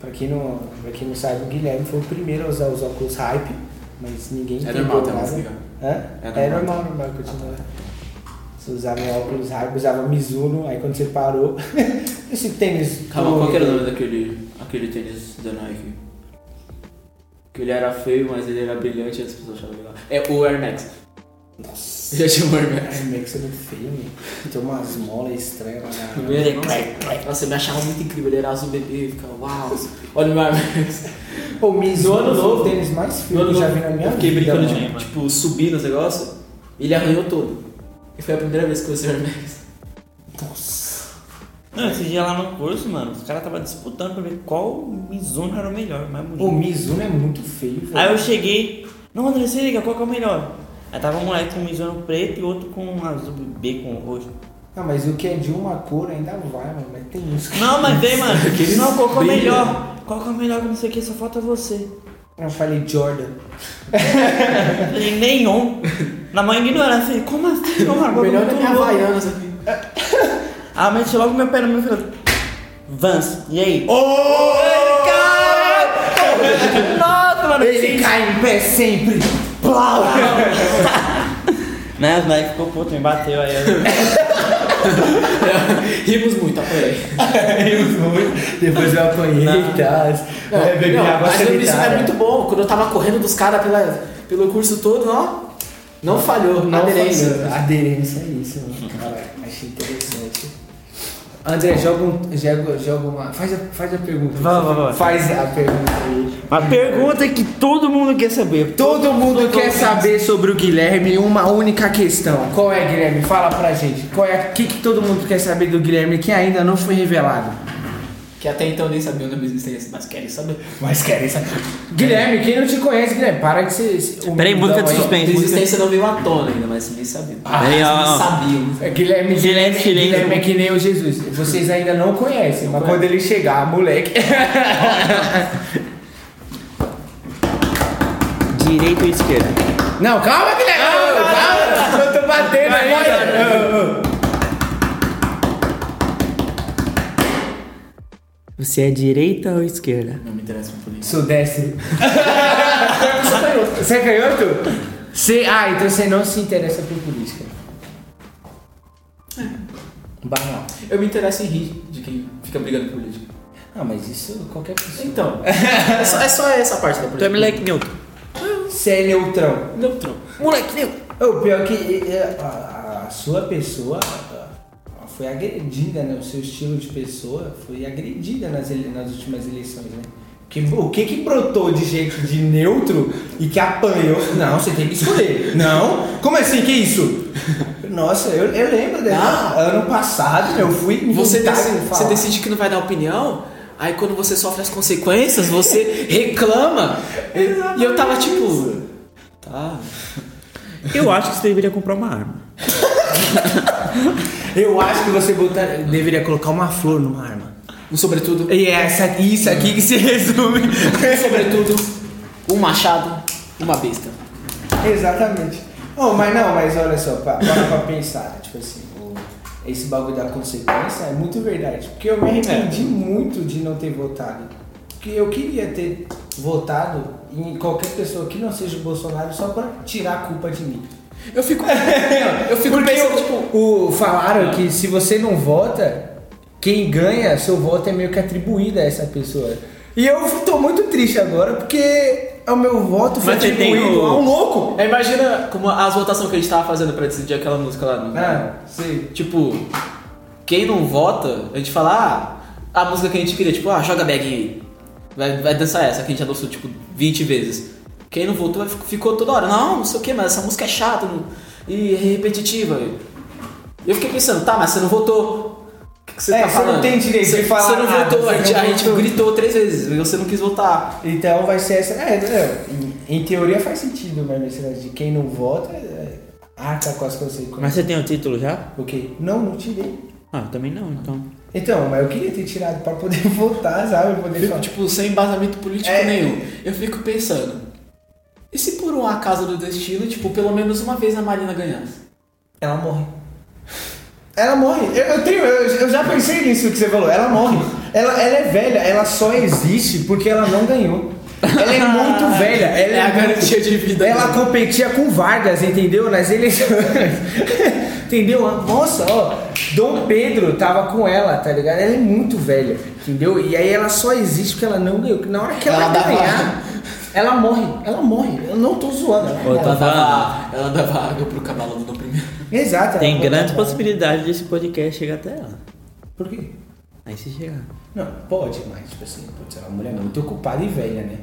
Pra quem, não, pra quem não sabe, o Guilherme foi o primeiro a usar os óculos hype, mas ninguém É entendeu normal, tá nada. mais legal. Hã? É É normal, normal, continua. Você usava óculos hype, usava Mizuno, aí quando você parou, (laughs) esse tênis. Calma, todo- Tá qual que era o nome daquele aquele tênis da Nike? Que ele era feio, mas ele era brilhante e as pessoas achavam legal. É o Air Max. Nossa, Já tinha o Air Max. é meio que você não feio, né? Tem umas molas estranhas lá na- Nossa, Nossa, eu me achava muito incrível, ele era azul bebê, eu ficava, uau, olha o meu Air Max. Pô, Mizuno No ano foi novo- o tênis mais No feio que ano eu já novo, vi na minha eu fiquei vida. brincando de, mano. mano. tipo, subir nos negócios e ele arranhou todo. E foi a primeira vez que eu usei o Air Max. Nossa. Não, esse dia lá no curso, mano, os caras tava disputando pra ver qual Mizuno era o melhor, mais bonito. O Mizuno é muito feio, velho. Aí eu cheguei, não, André, você liga, qual que é o melhor? Aí tava um moleque com um Mizuno preto e outro com um azul bebê com roxo. Ah, mas o que é de uma cor ainda vai, mano. Mas tem isso. que- Não, mas vem, mano, Aqueles não, qual que é o brilham. melhor? Qual que é o melhor que não sei o que, só falta você. Eu falei Jordan. Eu falei, nenhum. Na maior ignorância, eu falei, como assim? Não, mano, Melhor muito que minha louco. Havaianas aqui. Ah, mas logo meu pé no meu e falou, Vans, e aí? Oh! Caralho! Ah, tá, Nossa, mano, Ele cai em pé (laughs) sempre. plau! né, os moleques ficou puto, me bateu aí. eu- (laughs) Rimos muito, apanhei. É, Depois eu apanhei Não. e tal. Não, É, bebi não, água mas eu- isso é sanitária. muito bom. Quando eu tava correndo dos caras pela- pelo curso todo, ó. Não falhou, Não, aderência. falhou. Aderência é isso, mano. Cara, achei interessante. André, joga, um, joga, joga uma. Faz a, faz a pergunta. Vai, vai, vai. Faz a pergunta aí. Uma pergunta que todo mundo quer saber. Todo mundo quer saber sobre o Guilherme uma única questão. Qual é, Guilherme? Fala pra gente. Qual é o que, que todo mundo quer saber do Guilherme que ainda não foi revelado? Que até então nem sabiam da minha existência, mas querem saber. Mas querem saber. Guilherme, quem não te conhece, Guilherme, para de ser. esse Peraí, humildão aí. música de Minha suspense. música- existência não veio à tona ainda, mas nem sabiam. Ah, Mas aí, ó, ó. nem sabiam. É, Guilherme, Guilherme Guilherme, Silêncio. Guilherme é que nem o Jesus. Vocês ainda não conhecem, mas quando ele chegar, moleque. Direita ou esquerda? Não, calma, Guilherme! calma, Eu tô batendo aí. Você é direita ou esquerda? Não me interessa por isso. Sou destro. (laughs) Você é canhoto? Você... Ah, então você não se interessa por política. É. Barra. Eu me interesso em rir de quem fica brigando por política. Ah, mas isso qualquer pessoa. Então, é, só, é só essa parte da Tu é política. moleque neutro. Você é neutrão. Neutro. Moleque neutro. O pior que eh, eh, a, a sua pessoa ah, foi agredida, né? O seu estilo de pessoa foi agredida nas, ele- nas últimas eleições, né? Que, o que que brotou de gente de neutro e que apanhou? Não, você tem que escolher. (laughs) Não? Como assim? Que isso? Nossa, eu, eu lembro dela. Ano passado, eu fui me Ah! Você, juntar deci- e você falar. decide que não vai dar opinião, aí quando você sofre as consequências, você (laughs) reclama. E- E eu tava tipo. Tá. Eu acho que você deveria comprar uma arma. Eu acho que você botar, deveria colocar uma flor numa arma. Um sobretudo. E é essa, isso aqui que se resume. Sobretudo, um machado, uma besta. Exatamente. Oh, mas não, mas olha só, pa- para pra pensar, tipo assim, o- esse bagulho da consequência é muito verdade. Porque eu me arrependi muito de não ter votado. Porque eu queria ter votado em qualquer pessoa que não seja o Bolsonaro só pra tirar a culpa de mim. Eu fico. (laughs) Eu fico Porque pensando, o- tipo. o, falaram que se você não vota, quem ganha, seu voto é meio que atribuído a essa pessoa. E eu tô muito triste agora porque o meu voto foi Mas você tem atribuído o- a um louco. É, imagina como as votações que a gente tava fazendo pra decidir aquela música lá né? no. Ah, sei. Tipo, quem não vota, a gente fala, ah, a música que a gente queria, tipo, ah, joga baguinho aí. Vai, vai dançar essa, que a gente já dançou, tipo, 20 vezes. Quem não votou vai fico- ficou toda hora, não, não sei o que, mas essa música é chata não- e é repetitiva. Eu fiquei pensando, tá, mas você não votou. O que, que você É, tá você não falando? tem direito de Você- falar Você não nada, votou, a você gente, não a gente votou. gritou três vezes, e você não quis votar. Então vai ser essa. É, é, em, em teoria faz sentido, mas esse negócio de quem não vota é, arca com as Mas consequências. você tem o título já? O quê? Não, não tirei. Ah, também não, então. Então, mas eu queria ter tirado pra poder (laughs) votar, sabe? Poder falar. Tipo, sem embasamento político É. nenhum. Eu fico pensando, e se por um acaso do destino, tipo, pelo menos uma vez a Marina ganhasse? Ela morre. Ela morre. Eu, eu tenho, eu, eu já pensei nisso que você falou. Ela morre. Ela, ela é velha, ela só existe porque ela não ganhou. Ela é muito velha. Ela É a muito- garantia de vida Ela dela. competia com Vargas, entendeu? Nas eleições. (laughs) entendeu? Nossa, ó. Dom Pedro tava com ela, tá ligado? Ela é muito velha, entendeu? E aí ela só existe porque ela não ganhou. Na hora que ela, Ela dava- ganhar, ela morre. Ela morre. Eu não tô zoando. Ela Ô, morre. Ela Tá dava, Ah, ela dava água pro cavalo no primeiro. Exato. ela Tem morre. grande possibilidade desse podcast chegar até ela. Por quê? A Aí se chegar. Não, pode, mas tipo assim, pode ser uma mulher muito ocupada e velha, né?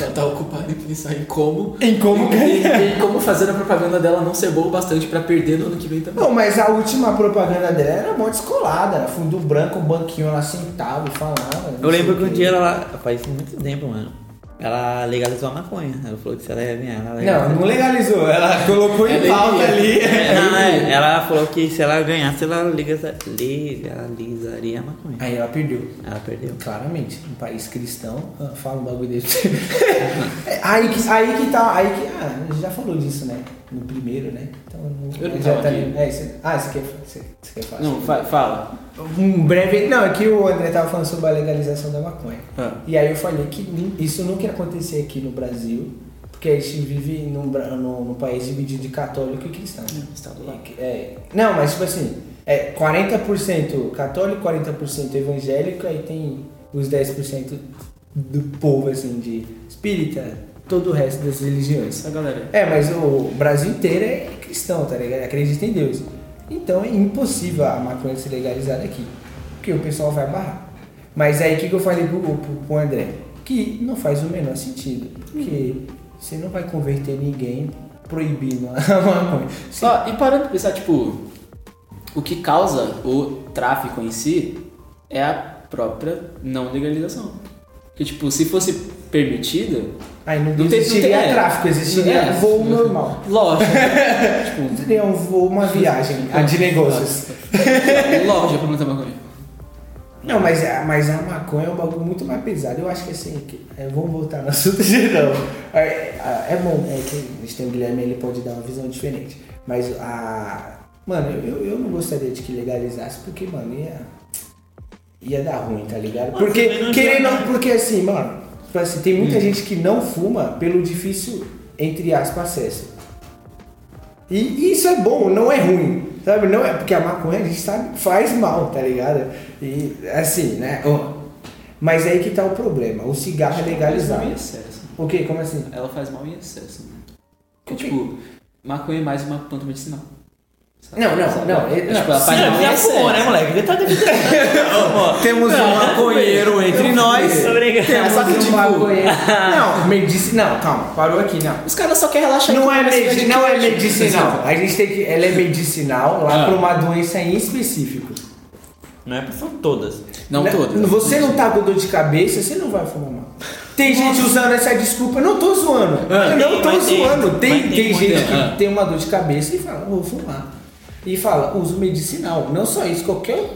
Ela tá ocupada em pensar em como. Em como E, ganhar. e como fazer a propaganda dela não ser boa o bastante pra perder no ano que vem também. Não, mas a última propaganda dela era mó descolada, era fundo branco, um banquinho ela sentava e falava. não Eu lembro que sei o um quê. dia ela. Faz muito tempo, mano. Ela legalizou a maconha. Ela falou que se ela ia vir, ela Não, legalizou. não legalizou, ela colocou em Ela pauta ali. iria. É, não, é, ela falou que se ela ganhasse, ela legaliza- legalizaria a maconha. Aí ela perdeu. Ela perdeu. Claramente, um país cristão, ah, fala um bagulho desse. (laughs) É, aí, que, aí que tá, aí que. Ah, a gente já falou disso, né? No primeiro, né? Então não, Eu não já tava aqui. é, você- ah, você quer, você, você quer falar? sobre- fala. Um breve. Não, é que o André tava falando sobre a legalização da maconha. Ah. E aí eu falei que nem- isso nunca ia acontecer aqui no Brasil, porque a gente vive num, bra- num, num país dividido de católico e cristão. Tá É, é, não, mas tipo assim, é 40% católico, 40% evangélico, aí tem os 10% do povo, assim, de espírita, todo o resto das religiões. Essa galera. É, mas o Brasil inteiro é cristão, tá ligado? Acredita em Deus. Então é impossível a maconha ser legalizada aqui. Porque o pessoal vai barrar. Mas aí o que, que eu falei pro, pro, pro André? Que não faz o menor sentido. Porque você não vai converter ninguém proibindo a (laughs) maconha. Você- Ó, e parando pra pensar, tipo, o que causa o tráfico em si é a própria não legalização. Porque, tipo, se fosse permitida, aí não, não tem- não existiria tem- é. tráfico, existiria É. voo normal. (laughs) lógico. Tipo, Não Seria um voo, uma viagem ah, de negócios. (laughs) Lógico, pra plantar maconha. Não, mas, a- mas a maconha é um bagulho muito mais pesado. Eu acho que assim, que- é, vamos voltar no assunto geral. É, é bom, é que a gente tem o Guilherme, ele pode dar uma visão diferente. Mas a. Mano, eu, eu- eu não gostaria de que legalizasse, porque, mano, ia. ia dar ruim, tá ligado? Mas Porque, também não querendo. adianta. Porque assim, mano, tipo assim, tem muita gente que não fuma pelo difícil, entre aspas, acesso. E isso é bom, não é ruim. Sabe? Não é porque a maconha a gente sabe que faz mal, tá ligado? E assim, né? Ó, Mas aí que tá o problema. O cigarro é Faz mal em legalizado. excesso. né? O quê? Como assim? Ela faz mal em excesso. né? Porque, O quê? tipo, maconha é mais uma planta medicinal. Sabe? Não, não, Sabe? não, é- Tipo, não. ela faz mal em excesso. moleque? Ele tá devendo. (laughs) Temos um maconheiro entre nós. Obrigado. Temos Só que, um tipo- maconheiro. Não, medicinal. Não, calma, parou aqui, não. Os caras só querem relaxar. Não é, e comer esse medi- negócio não é de queijo. medicinal. A gente tem que. Ela é medicinal lá Ah. pra uma doença em específico. Não é porque são todas. Não Na- todas. Você não tá com dor de cabeça, você não vai fumar maconha. Tem gente usando essa desculpa, eu não tô zoando. Ah. eu não tô Mas tem, zoando. Tem, mas tem, tem muita- gente que ah. tem uma dor de cabeça e fala, vou fumar. E fala, uso medicinal. Não só isso, qualquer. um.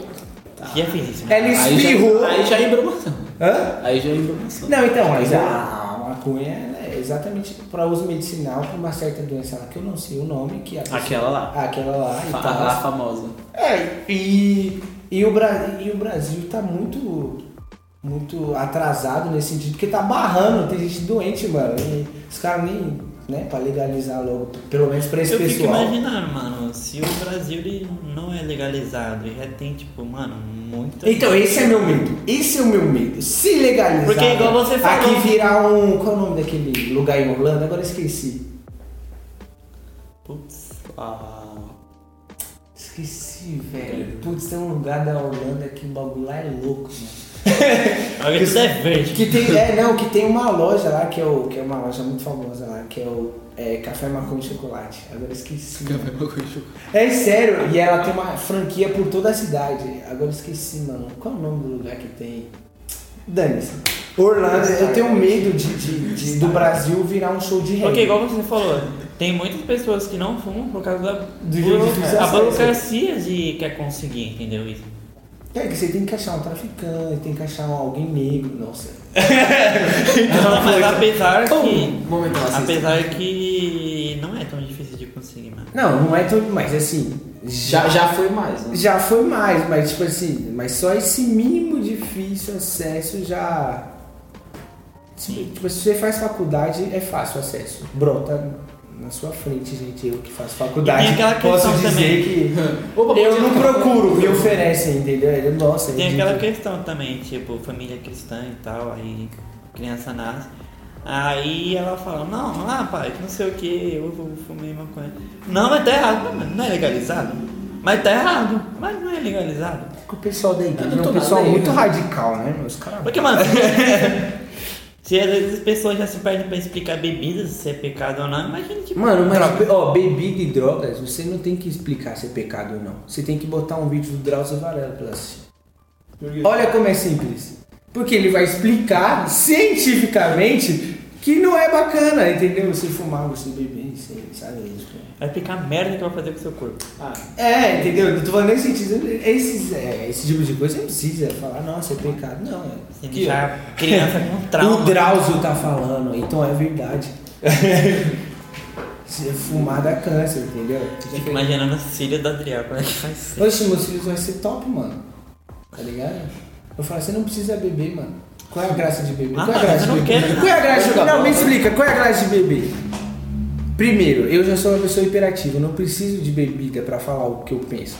Tá. Que é finíssimo. Ela Aí já- espirrou. Aí já é embromação. Hã? Aí já é embromação. Não, então, mas a maconha ela é exatamente para uso medicinal, para uma certa doença lá que eu não sei o nome, que é a pessoa- Aquela lá. Aquela lá e Fa- tal. A famosa. É, e, e, o Bra e o Brasil tá muito, muito atrasado nesse sentido, porque tá barrando, tem gente doente, mano. E os caras nem, né, pra legalizar logo, pelo menos pra esse Eu fico pessoal. imaginando, mano, se o Brasil ele não é legalizado e já tem, tipo, mano, muito. Então, esse é meu medo. Esse é o meu medo. Se legalizar. Porque igual você falou. Aqui virar um. Qual é o nome daquele lugar em Orlando? Agora eu esqueci. Putz, ah. Esqueci, velho. Putz, tem um lugar da Holanda que o bagulho lá é louco, mano. Olha que é verde. Que tem, é, não, que tem uma loja lá, que é, o, que é uma loja muito famosa lá, que é o é, Café Maconha e Chocolate. Agora eu esqueci. Café maconha e chocolate. É sério, e ela tem uma franquia por toda a cidade. Agora eu esqueci, mano. Qual é o nome do lugar que tem? Dane-se. Orlando, eu tenho medo de, de- de- do Brasil virar um show de reggae. Porque igual você falou, tem muitas pessoas que não fumam por causa da jeito buro- que fiz a acesso. burocracia de quer conseguir, entendeu isso? É que você tem que achar um traficante, tem que achar um, alguém negro, nossa. Não, mas apesar que. então, Momento, assim. Apesar que não é tão difícil de conseguir, mano. Não, não é tudo, mas assim, Já, já foi mais, né? Já foi mais, mas tipo assim, mas só esse mínimo difícil acesso já. Tipo, tipo, se você faz faculdade, é fácil o acesso. Brota na sua frente, gente. Eu que faço faculdade. E tem aquela posso questão dizer também. (laughs) que. eu não procuro, me oferecem, entendeu? Eu- Nossa, Tem gente, aquela questão também, tipo, família cristã e tal, aí criança nasce. Aí ela fala, não, ah pai, que não sei o que, eu vou- fumei maconha. Não, mas tá errado, não, mano, não é legalizado. Mas tá errado. Mas não é legalizado. Porque o pessoal da igreja não é tô um pessoal nada aí, muito né? radical, né, meus caras? Porque, mano, (laughs) se- se às vezes as pessoas já se perdem pra explicar bebidas, se é pecado ou não, imagina tipo, que. Mano, mas ó, bebida e drogas, você não tem que explicar se é pecado ou não. Você tem que botar um vídeo do Drauzio Varela pra assistir. Olha como é simples. Porque ele vai explicar cientificamente que não é bacana, entendeu? Você fumar, você beber, você sabe isso. cara. Vai ficar merda que vai fazer com o seu corpo. Ah, É, entendeu? Não tô falando nem sentido. Esses, é, esse tipo de coisa você não precisa falar, nossa, é pecado. Não, é. que- Você deixar a Assim, (laughs) criança com trauma. O Drauzio tá falando, então é verdade. Se fumar dá câncer, entendeu? Fico imaginando as filhas da Adriel, como é que vai ser? Oxe, meus filhos vai ser top, mano. Tá ligado? Eu falo, você não precisa beber, mano. Qual é a graça de beber? Ah, Qual é a mas graça de eu não beber? quero. Qual é a graça de Joga Não, bola. me explica, qual é a graça de beber? Primeiro, eu já sou uma pessoa hiperativa, eu não preciso de bebida pra falar o que eu penso.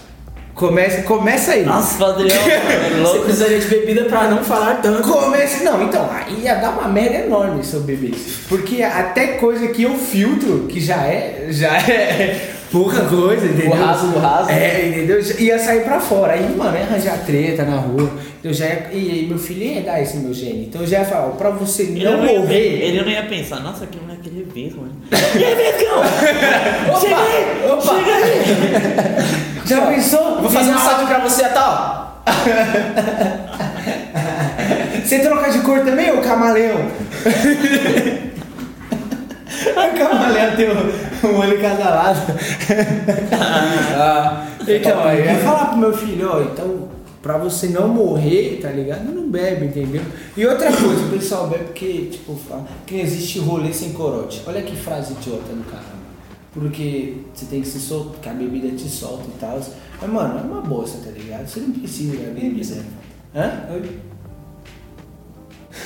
Começa, começa aí. Nossa, o (laughs) Adriel é você louco. precisaria de bebida pra não falar tanto. Comece. Não, então, aí ia dar uma merda enorme se eu bebesse. Porque até coisa que eu filtro, que já é. Já (laughs) é pouca coisa, entendeu? raso, o raso. É, entendeu? Já- Ia sair pra fora. Aí, mano, ia arranjar treta na rua. Eu já ia. E aí, meu filho ia dar esse meu gene. Então eu já ia falar, ó, pra você Ele não ia- morrer. ele não ia pensar, nossa, aquele moleque ele é vesgo, mano. (laughs) E (laughs) aí, vesgão? Chega aí! opa. Chega aí! (laughs) Já pensou? Eu Vou fazer um Virar- salve pra você, tá, tal. (laughs) Você troca de cor também, ô camaleão? (laughs) (laughs) o camaleão tem o um olho casalado. Ah, tá então, aí eu ia falar pro meu filho, ó, então, pra você não morrer, tá ligado? Não bebe, entendeu? E outra coisa, o pessoal bebe porque, tipo, fala que não existe rolê sem corote. Olha que frase idiota do caramba. Porque você tem que se soltar, porque a bebida te solta e tal. Mas, mano, é uma bolsa, tá ligado? Você não precisa da bebida. Hã? Oi?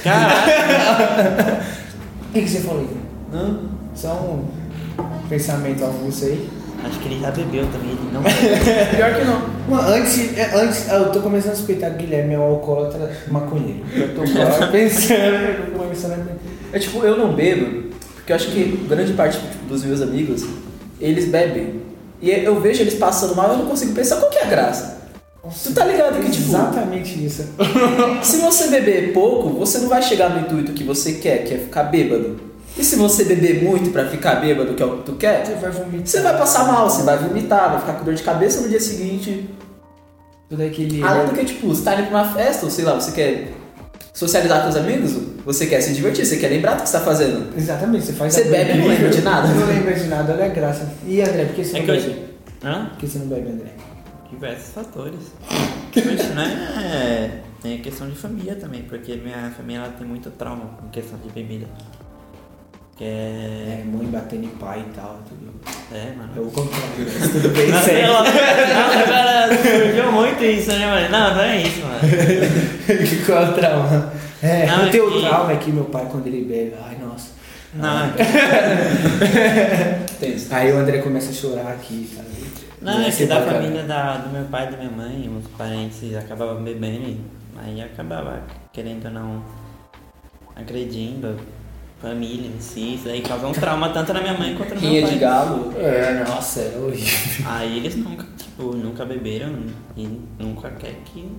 Caralho! (laughs) O que, que você falou? Não. Só um pensamento avulso aí. Acho que ele já bebeu também, ele (laughs) não bebe. É, Pior que não. Mano, antes, é, antes, ah, eu tô começando a suspeitar que o Guilherme é um alcoólatra maconheiro. Eu tô agora (laughs) pensando, eu tô começando a... É tipo, eu não bebo, porque eu acho que grande parte tipo, dos meus amigos, eles bebem. E é, eu vejo eles passando mal, eu não consigo pensar qual que é a graça. Tu tá ligado que, tipo, Exatamente isso. se você beber pouco, você não vai chegar no intuito que você quer, que é ficar bêbado. E se você beber muito pra ficar bêbado, que é o que tu quer, Você vai vomitar. você vai passar mal, você vai vomitar, vai ficar com dor de cabeça no dia seguinte, Tudo aquele... Além do que, tipo, você tá indo pra uma festa, ou sei lá, você quer socializar com os amigos, você quer se divertir, você quer lembrar do que você tá fazendo. Exatamente, você faz... Você a bebe e não bebida. lembra de nada. Não lembra de nada, olha a graça. E André, por que você É não que bebe? hoje. Hã? Por que você não bebe, André? Diversos fatores. Que hoje, né? é- Tem a questão de família também, porque minha família ela tem muito trauma em questão de bebida. Que é. É, mãe batendo em pai e tal, tudo. É, mano. É o contrário. Tudo bem, Não, sei sério. (laughs) lá. Não, Agora surgiu muito isso, né, mano? Não, não é isso, mano. Que Qual é o trauma? É, Não, o teu é que- trauma é que meu pai, quando ele bebe, ai nossa. Não, Tenso. Aí o André começa a chorar aqui, tá sabe? não é Você que da vai- família da, do meu pai e da minha mãe, os parentes acabavam bebendo, e aí acabava, querendo ou não, agredindo a família em si. Isso aí causou um trauma tanto na minha mãe quanto no meu Rinha de pai. galo. É, nossa, é horrível. Aí eles nunca, tipo, nunca beberam e nunca quer que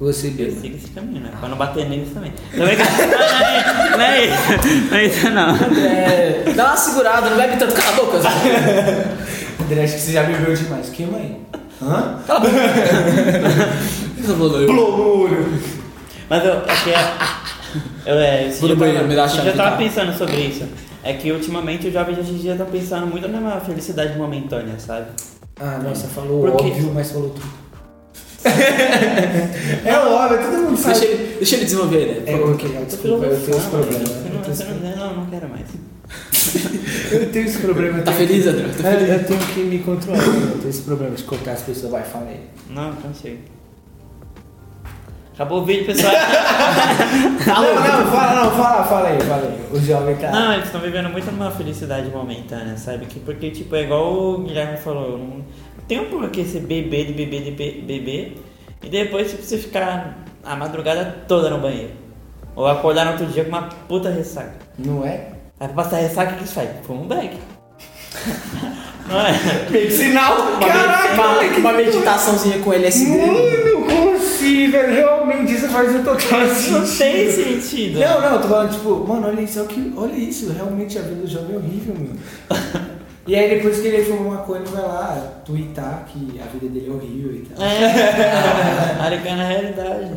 Você eu bebe. siga esse caminho, né? Pra não bater neles também. Não é, não, é, isso, não é isso não. É, dá uma segurada, não bebe tanto, cala a boca. Zé. André, acho que você já bebeu demais. Que mãe? Hã? (laughs) Mas eu, é que é, eu, é, esse dia eu, Tudo bem, tava- me dá a esse chave dia eu do tava carro. pensando sobre isso. É que ultimamente o jovem de hoje em dia tá pensando muito na felicidade momentânea, sabe? Ah, nossa, falou Hum. Por quê? óbvio, mas falou tudo. (laughs) é óbvio, todo mundo deixa, sabe. ele, deixa ele desenvolver, né? por É, favor. ok, desculpa, eu tenho né? os problemas. Não, eu tenho os você não, não, não quero mais. Eu tenho esse problema. eu Tá tenho feliz, que- André? Tá É, feliz? Eu tenho que me controlar. né? Eu tenho esse problema de cortar as pessoas, vai, fala aí. Não, não consigo. Acabou o vídeo, pessoal. Não, não, fala, não, fala, fala aí, fala aí. O jovem tá. Não, é eles estão vivendo muito numa felicidade momentânea, sabe? Que, porque, tipo, é igual o Guilherme falou, não tem um porquê você beber, de beber, de be- beber, e depois tipo, você ficar a madrugada toda no banheiro. Ou acordar no outro dia com uma puta ressaca. Não é? Aí pra passar ressaca, o que isso faz? Fuma um beck. Sinal, Uma, caraca, med- uma, uma meditaçãozinha com é LSD. Mano, como assim, velho? Realmente isso faz um total Não sentido. tem sentido. Não, não, eu tô falando, tipo, mano, olha isso, olha que- olha isso, realmente a vida do jovem é horrível, mano. E aí depois que ele fuma maconha, ele vai lá twittar que a vida dele é horrível e tal. É, arregando a realidade.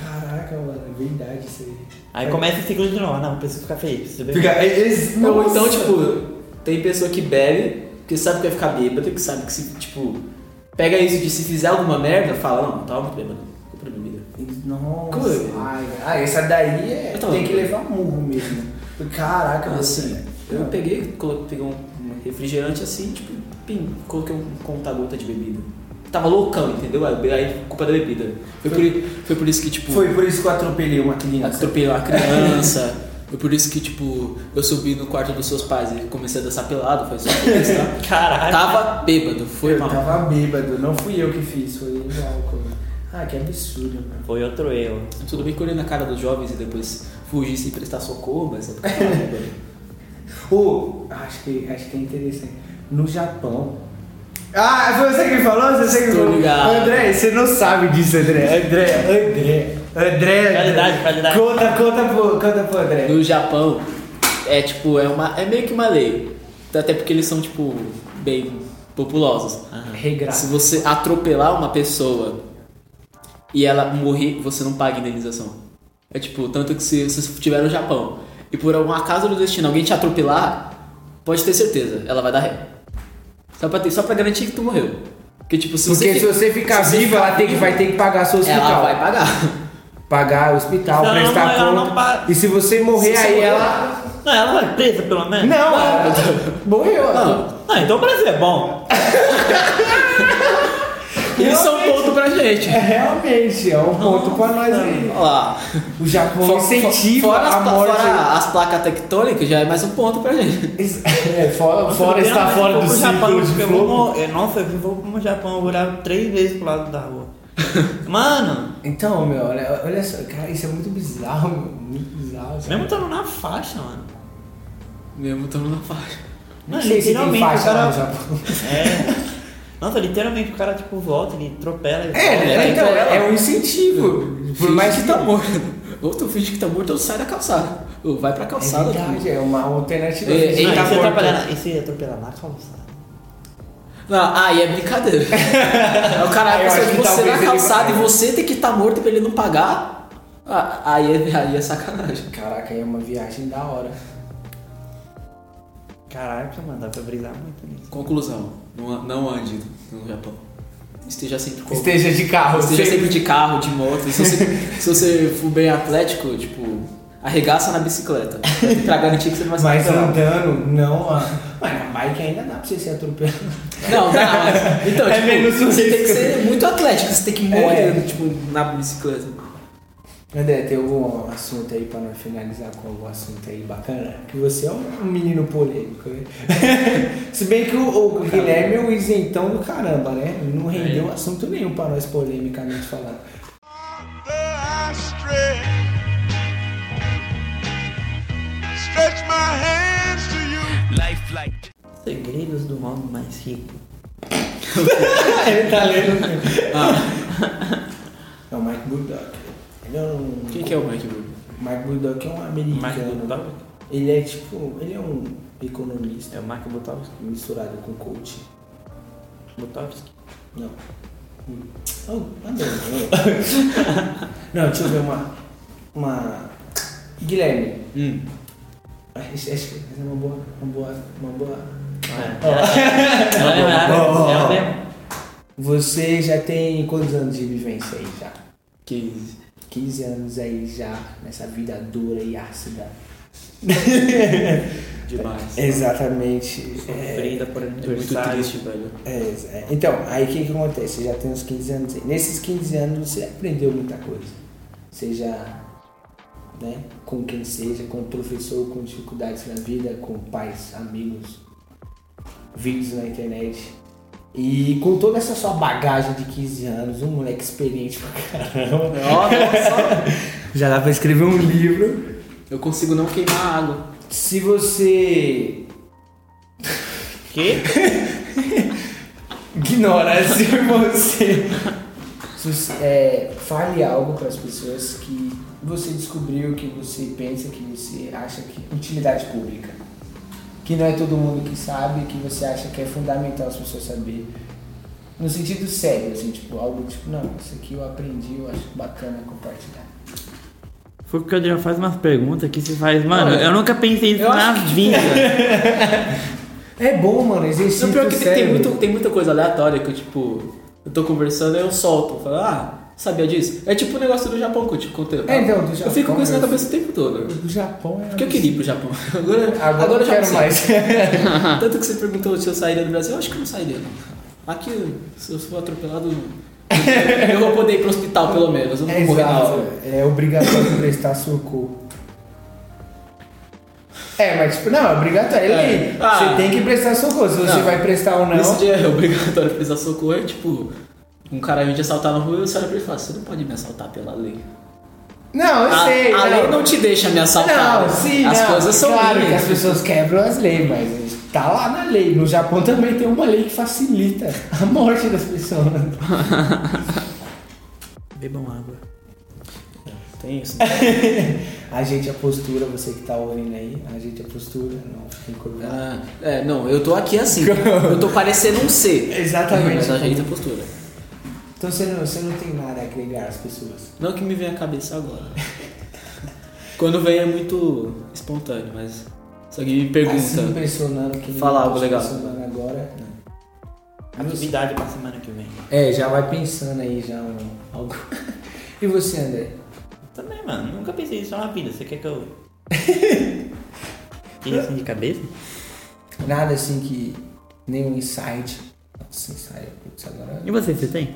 Caraca, mano, é verdade isso aí. É. Aí começa o ciclo de novo. Ah, Não, preciso ficar feliz, preciso beber. Fica- eles- Ou então, Hum. nossa. tipo, tem pessoa que bebe, que sabe que vai ficar bêbado, que sabe que se, tipo, pega isso de se fizer alguma merda, fala, não, tava muito bêbado, culpa da bebida. Nossa, Coisa. ai, ai, essa daí é, Eu tô- tem que levar murro mesmo. Caraca, mano. Assim, eu Não. peguei, colo- peguei um, um refrigerante assim, tipo, pim, coloquei um conta-gota de bebida. Tava loucão, entendeu? Aí, aí, culpa da bebida. Foi, Por, i- foi por isso que, tipo, Foi por isso que eu atropelei uma criança. atropelou a criança. Foi por isso que, tipo, eu subi no quarto dos seus pais e comecei a dançar pelado, foi só por isso, tá? (laughs) Caralho. Tava bêbado, foi eu mal. tava bêbado, não fui eu que fiz, foi o álcool. Ah, que absurdo, mano. Foi outro erro. Tudo bem que eu olhei na cara dos jovens e depois fugi sem prestar socorro, mas é porque eu tava bêbado. Ô, acho que, acho que é interessante. No Japão. Ah, foi você que me falou? Você que me Tô falou. ligado. André, você não sabe disso, André. André, André. André. Qualidade, André. qualidade. Conta, conta pro, conta pro André. No Japão, é tipo, é, uma, é meio que uma lei. Até porque eles são, tipo, bem populosos. Regrado. Se você atropelar uma pessoa e ela morrer, você não paga indenização. É tipo, tanto que se se você estiver no Japão e por algum acaso do destino alguém te atropelar, pode ter certeza, ela vai dar ré. Só pra, ter, só pra garantir que tu morreu. Porque, tipo, se Porque você se você ficar se você vivo, ela tem que, vai ter que pagar seu hospital. ela vai pagar. Pagar o hospital, Não, prestar ela conta. não paga. E se você morrer, Se você aí morrer, ela. Não, ela vai presa pelo menos. Não, ela- morreu. Não, Ah, então o Brasil é bom. Isso é um ponto pra gente. É realmente, é um ponto pra nós aí. Olha lá. O Japão Fo- incentiva fo- fora as a pla- morte. Fora as placas tectônicas, já é mais um ponto pra gente. É, fora, fora está fora do ciclo de fogo. fogo. É, Nossa, eu vou pro Japão, eu vou olhar três vezes pro lado da (laughs) rua. Mano, Então, meu, olha, olha só, cara, isso é muito bizarro, meu, muito bizarro. sabe? mesmo estando na faixa, mano. Mesmo estando na faixa. Não Mano, sei se tem literalmente faixa o lá no cara. Japão. (laughs) É. Nossa, literalmente o cara tipo volta, ele atropela. ele É, volta. né? então, é um incentivo. então, Por mais que que tá morto. Ou tu finge que tá morto ou sai da calçada. Ou vai pra É calçada. verdade, é uma alternativa. tipo, É, Não, ele e tá se morto. né? atrapalhar na- e se atropelar na calçada? Não, aí é (laughs) brincadeira. o cara Eu pensa acho que que tá você talvez na ele- calçada e você tem que estar morto pra ele não pagar. ah, Aí é, aí é sacanagem. Caraca, aí é uma viagem da hora. Caraca, mano, dá pra brisar muito nisso. Conclusão. Não, não ande no Japão. Esteja sempre com Esteja de carro, Esteja sempre- sempre de carro, de moto. E Se você, (laughs) se você for bem atlético, tipo, arregaça na bicicleta. Pra garantir que você não vai ser Mas atropelado. andando, não. a- Mas na bike ainda dá pra você ser atropelado. Não, não. Então, É tipo, menos um você tem que risco. ser muito atlético. Você tem que É. morrer, tipo, na bicicleta. André, tem algum assunto aí pra nós finalizar com algum assunto aí bacana? Que você é um menino polêmico, né? (laughs) Se bem que o, o Guilherme é o isentão do caramba, né? Não É. rendeu assunto nenhum pra nós polemicamente falando. Segredos do homem mais rico. Ele tá lendo. É o Mike Burdock. Ele é um. Quem que é o Mike Burdock? Mike Burdock é um americano. Mike Burdock? Ele é tipo. Ele é um economista É o Mark Butowski. misturado com coach. Butowski. Não. Hum. Oh, tá bom, não. (laughs) não, deixa eu ver uma. Uma. Guilherme. Acho, acho que essa é uma boa. Uma boa. Uma boa. (laughs) É. Ela mesmo, Oh. ela mesmo, ela mesmo. Você já tem quantos anos de vivência aí já? 15. 15 anos aí já, nessa vida dura e ácida. Demais. É. Exatamente. É, Sofrida por É muito aniversário. triste, velho. é, é. Então, aí o que, que acontece? Você já tem uns 15 anos aí. Nesses 15 anos você aprendeu muita coisa. Seja né, com quem seja, com o professor, com dificuldades na vida, com pais, amigos, vídeos na internet. E com toda essa sua bagagem de 15 anos, um moleque experiente pra caramba. (laughs) Já dá pra escrever um livro. Eu consigo não queimar a água. Se você (laughs) Quê? Ignorância em é você. É, fale algo para as pessoas que você descobriu, que você pensa, que você acha que. é utilidade pública. Que não é todo mundo que sabe, que você acha que é fundamental as pessoas saberem. No sentido sério, assim, tipo, algo tipo, não, isso aqui eu aprendi, eu acho bacana compartilhar. Foi porque o Adriano faz umas perguntas que se faz. Mano, eu nunca pensei isso eu na acho que- vida. É bom, mano, exercício Não, pior é que tem, tem, cérebro. muito, tem muita coisa aleatória que eu, tipo, eu tô conversando e eu solto. Eu falo, ah, sabia disso? É tipo o negócio do Japão que eu te contei. É, então, do Eu Japão, fico com isso na eu- cabeça o tempo todo. O Japão é... Porque eu queria ir pro Japão. (laughs) Agora, Agora, agora eu eu já quero sei. (laughs) É mais. Tanto que você perguntou se eu sairia do Brasil, eu acho que eu não sairia, não. Aqui, se eu for atropelado, eu vou poder ir pro hospital, pelo menos. Eu não É, vou morrer na exato. hora. é obrigatório prestar socorro. É, mas tipo, não, é obrigatório. É. Ele, Ah. Você tem que prestar socorro. Se você Não. vai prestar ou Ah, não. Nesse dia é obrigatório precisar socorro, é tipo, um cara vem te assaltar na rua e você olha pra ele e fala, você não pode me assaltar pela lei. Não, eu a, sei. a não. lei não te deixa me assaltar. né? Não, sim, As não. coisas são Claro que minhas. as pessoas quebram as leis, mas tá lá na lei. No Japão também tem uma lei que facilita a morte das pessoas. (laughs) Bebam água. Tem isso. né? A gente a postura, você que tá ouvindo aí, a gente a postura, não fica encurvado. Ah, é, não, eu tô (laughs) aqui assim. Eu tô parecendo um C. Exatamente. Mas ajeita a postura. Então você não, você não tem nada a agregar às pessoas. Não que me venha à cabeça agora. (laughs) Quando vem é muito espontâneo, mas. Se alguém me pergunta. Assim, impressionando que Fala algo legal. impressionando agora. Atividade pra semana que vem. É, já vai pensando aí já um- algo. (laughs) E você, André? Também, mano. Nunca pensei isso na vida. Você quer (laughs) que eu. Tire assim de cabeça? Nada assim que. Nenhum insight. Nossa, insight, putz, agora. E você, você tem?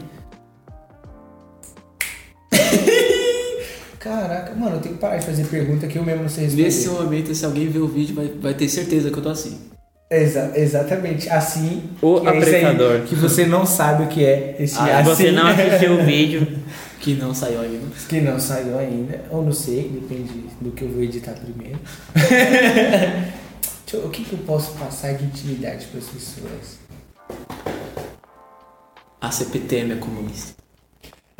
Caraca, mano, eu tenho que parar de fazer pergunta que eu mesmo não sei responder. Nesse um- momento, se alguém ver o vídeo, vai, vai ter certeza que eu tô assim. Exa- exatamente. Assim. O que é isso aí, apresentador. que você não sabe o que é Ah, esse Se assim. você não assistiu (laughs) o vídeo, Que não saiu né? ainda. (laughs) Que não saiu ainda. Ou não sei, depende do que eu vou editar (laughs) primeiro. Deixa eu- o que, que eu posso passar de utilidade para as pessoas? A CPTM é comunista.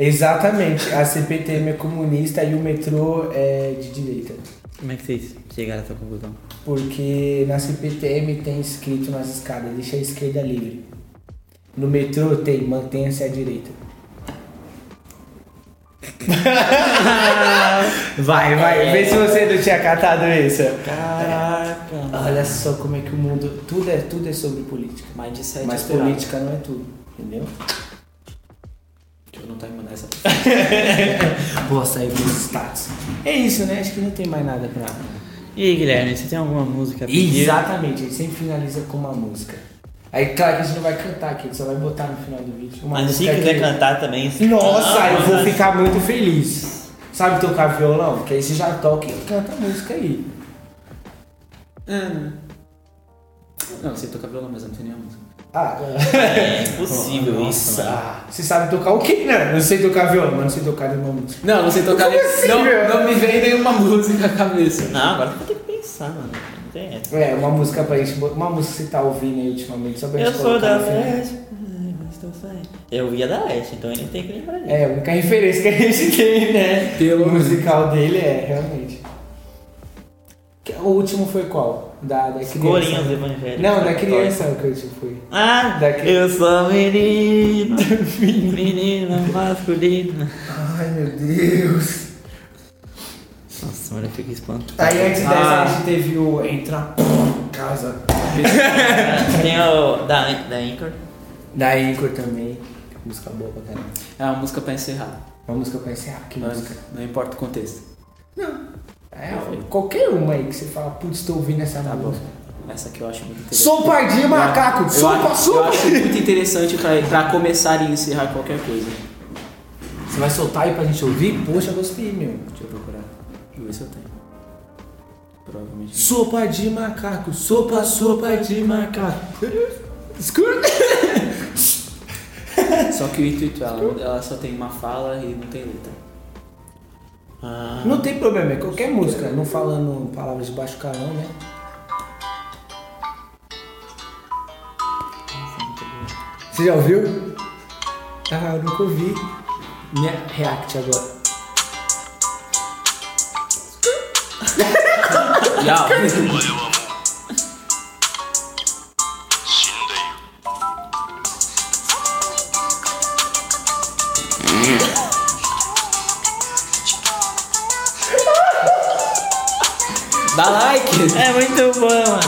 Exatamente, a CPTM é comunista e o metrô é de direita. como é que vocês chegaram a essa conclusão? Porque na CPTM tem escrito nas escadas, deixa a esquerda livre. No metrô tem, mantenha-se à (laughs) direita. vai, vai, vê se você não tinha catado isso. É. Caraca, Olha só como é que o mundo. Tudo é, tudo é sobre política. Mindset Mas alterado. política não é tudo, entendeu? Deixa eu não terminar essa. (laughs) Vou sair dos status. É isso, né? Acho que não tem mais nada pra. E aí, Guilherme, você tem alguma música a pedir? Exatamente, a gente sempre finaliza com uma música. Aí, claro que a gente não vai cantar aqui, a gente só vai botar no final do vídeo. Uma Mas se música quiser que- cantar também. Nossa, Ah, eu vou mas- ficar muito feliz. Sabe tocar violão? Porque aí você já toca e canta a música aí. Não, sei tocar violão, mas não tem nenhuma música. Ah, É impossível isso. mano. (laughs) ah, você sabe tocar o quê? Não, eu não sei tocar violão, mas não sei tocar nenhuma música. Não, não sei tocar Como nem- assim, não, meu? não me vem nenhuma música à cabeça. Não, agora eu vou ter que pensar, mano. Não tem essa. É, uma música pra gente. bo- Uma música que você tá ouvindo aí ultimamente, só pra gente Eu sou colocar assim, né? da no final. leste, mas tô saindo. Eu ia da leste, então eu tenho que lembrar disso. É, a única referência que a gente tem, né? Pelo o musical dele é, realmente. Que- O último foi qual? Da, da É, criança. Corinhos né? evangélicos. Não, da criança é o que eu te fui. Ah, Da cri- eu (laughs) sou menino, menina masculina. Ai meu Deus. Nossa, mano, eu fico espantado. Aí antes dessa Ah. a gente teve o entrar casa. É. Tem o da, da Anchor. Da Anchor também. é Música boa pra caramba. É uma música pra encerrar. Uma música pra encerrar, que Não, música? não importa o contexto. É, qualquer uma aí que você fala, putz, tô ouvindo essa Tá bom. música. Essa aqui eu acho muito interessante. Sopa de macaco, Eu sopa, acho- Eu sopa. acho muito interessante pra, pra começar e encerrar qualquer coisa. Você vai soltar aí pra gente ouvir? Poxa, gostei, meu. Deixa eu procurar. Deixa eu ver se eu tenho. Provavelmente Sopa de macaco, sopa, sopa de macaco. Escuta. não. Só que o intuito, ela, ela só tem uma fala e não tem letra. Ah, Não tem problema, é qualquer música, não falando palavras de baixo calão, né? Você já ouviu? Ah, eu nunca ouvi. Minha react agora. Já. Dá like. É muito bom, mano.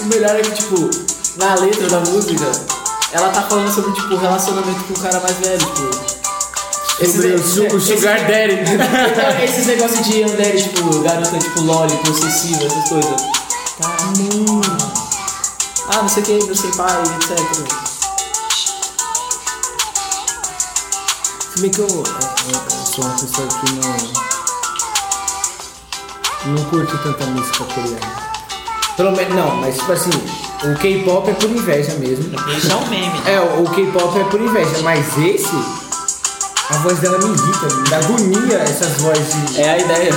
O melhor é que, tipo, na letra da música, ela tá falando sobre, tipo, o relacionamento com o cara mais velho, (laughs) tipo. Sobre o su- o sugar daddy. Esses, esses negócios de Andere, tipo, garota, tipo, loli, possessiva, essas coisas. Tá, hum. Ah, não sei o que, não sei pai, etc. Se bem é que eu, eu- eu sou uma pessoa que não. Não curte tanta música coreana. Pelo menos, não, mas tipo assim, o K-pop é por inveja mesmo. Isso é um meme. É, o o K-pop é por inveja, mas esse. A voz dela me irrita, me dá agonia essas vozes de. É a ideia.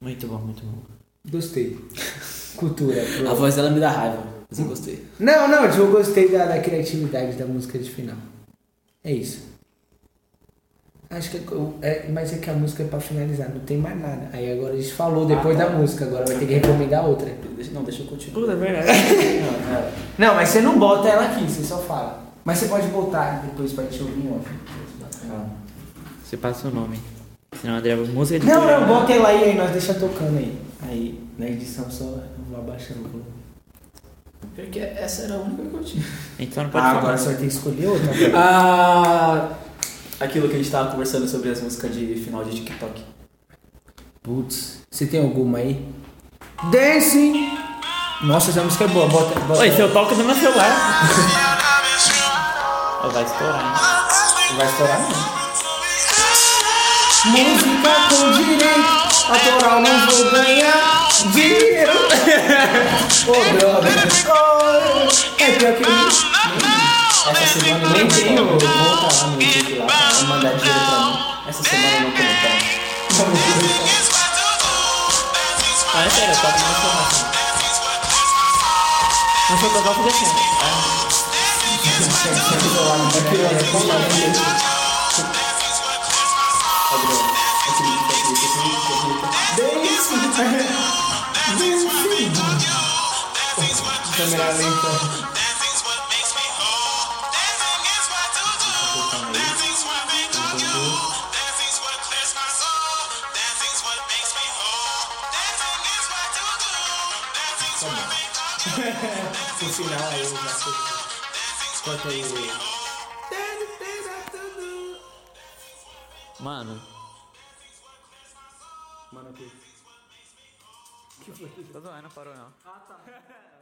Muito bom, muito bom. Gostei. Cultura. A voz dela me dá raiva, mas eu gostei. Não, não, tipo, eu gostei da, da criatividade da música de final. É isso. Acho que eu- é, mas é que a música é pra finalizar, não tem mais nada. Aí agora a gente falou depois da música, agora vai ter que recomendar outra. Deixa- Não, deixa eu continuar. Puta, é verdade. Não, cara. Não, mas você não bota ela aqui, você só fala. Mas você pode botar depois pra gente ouvir off. Ah. Você passa o nome. Senão eu gravo música é de Não, Coreia. não, bota ela aí, aí nós deixa tocando aí. Aí, na edição só eu vou abaixando o volume. Porque essa era a única que eu tinha. A gente só não pode Ah, falar. agora você vai ter que escolher outra. né? Ah, aquilo que a gente tava conversando sobre as músicas de final de TikTok. Putz, você tem alguma aí? Dancing! Nossa, essa música é boa, bota. bota Oi, se eu toco no meu celular. Ó, vai estourar, hein? Vai estourar não. Música com direito, autoral não vou ganhar dinheiro. Ô, brother. Oh, é pior que eu Essa semana eu nem tenho, eu vou voltar lá no YouTube lá, vai mandar dinheiro pra mim. Essa semana eu não tenho, tá? Ah, é sério, eu toco no meu celular. Não sou tocar, eu fico assim. Câmera lenta. No final aí eu já sei. Corta aí. Mano. Mano, o que? Que foi? Tô doendo, parou não.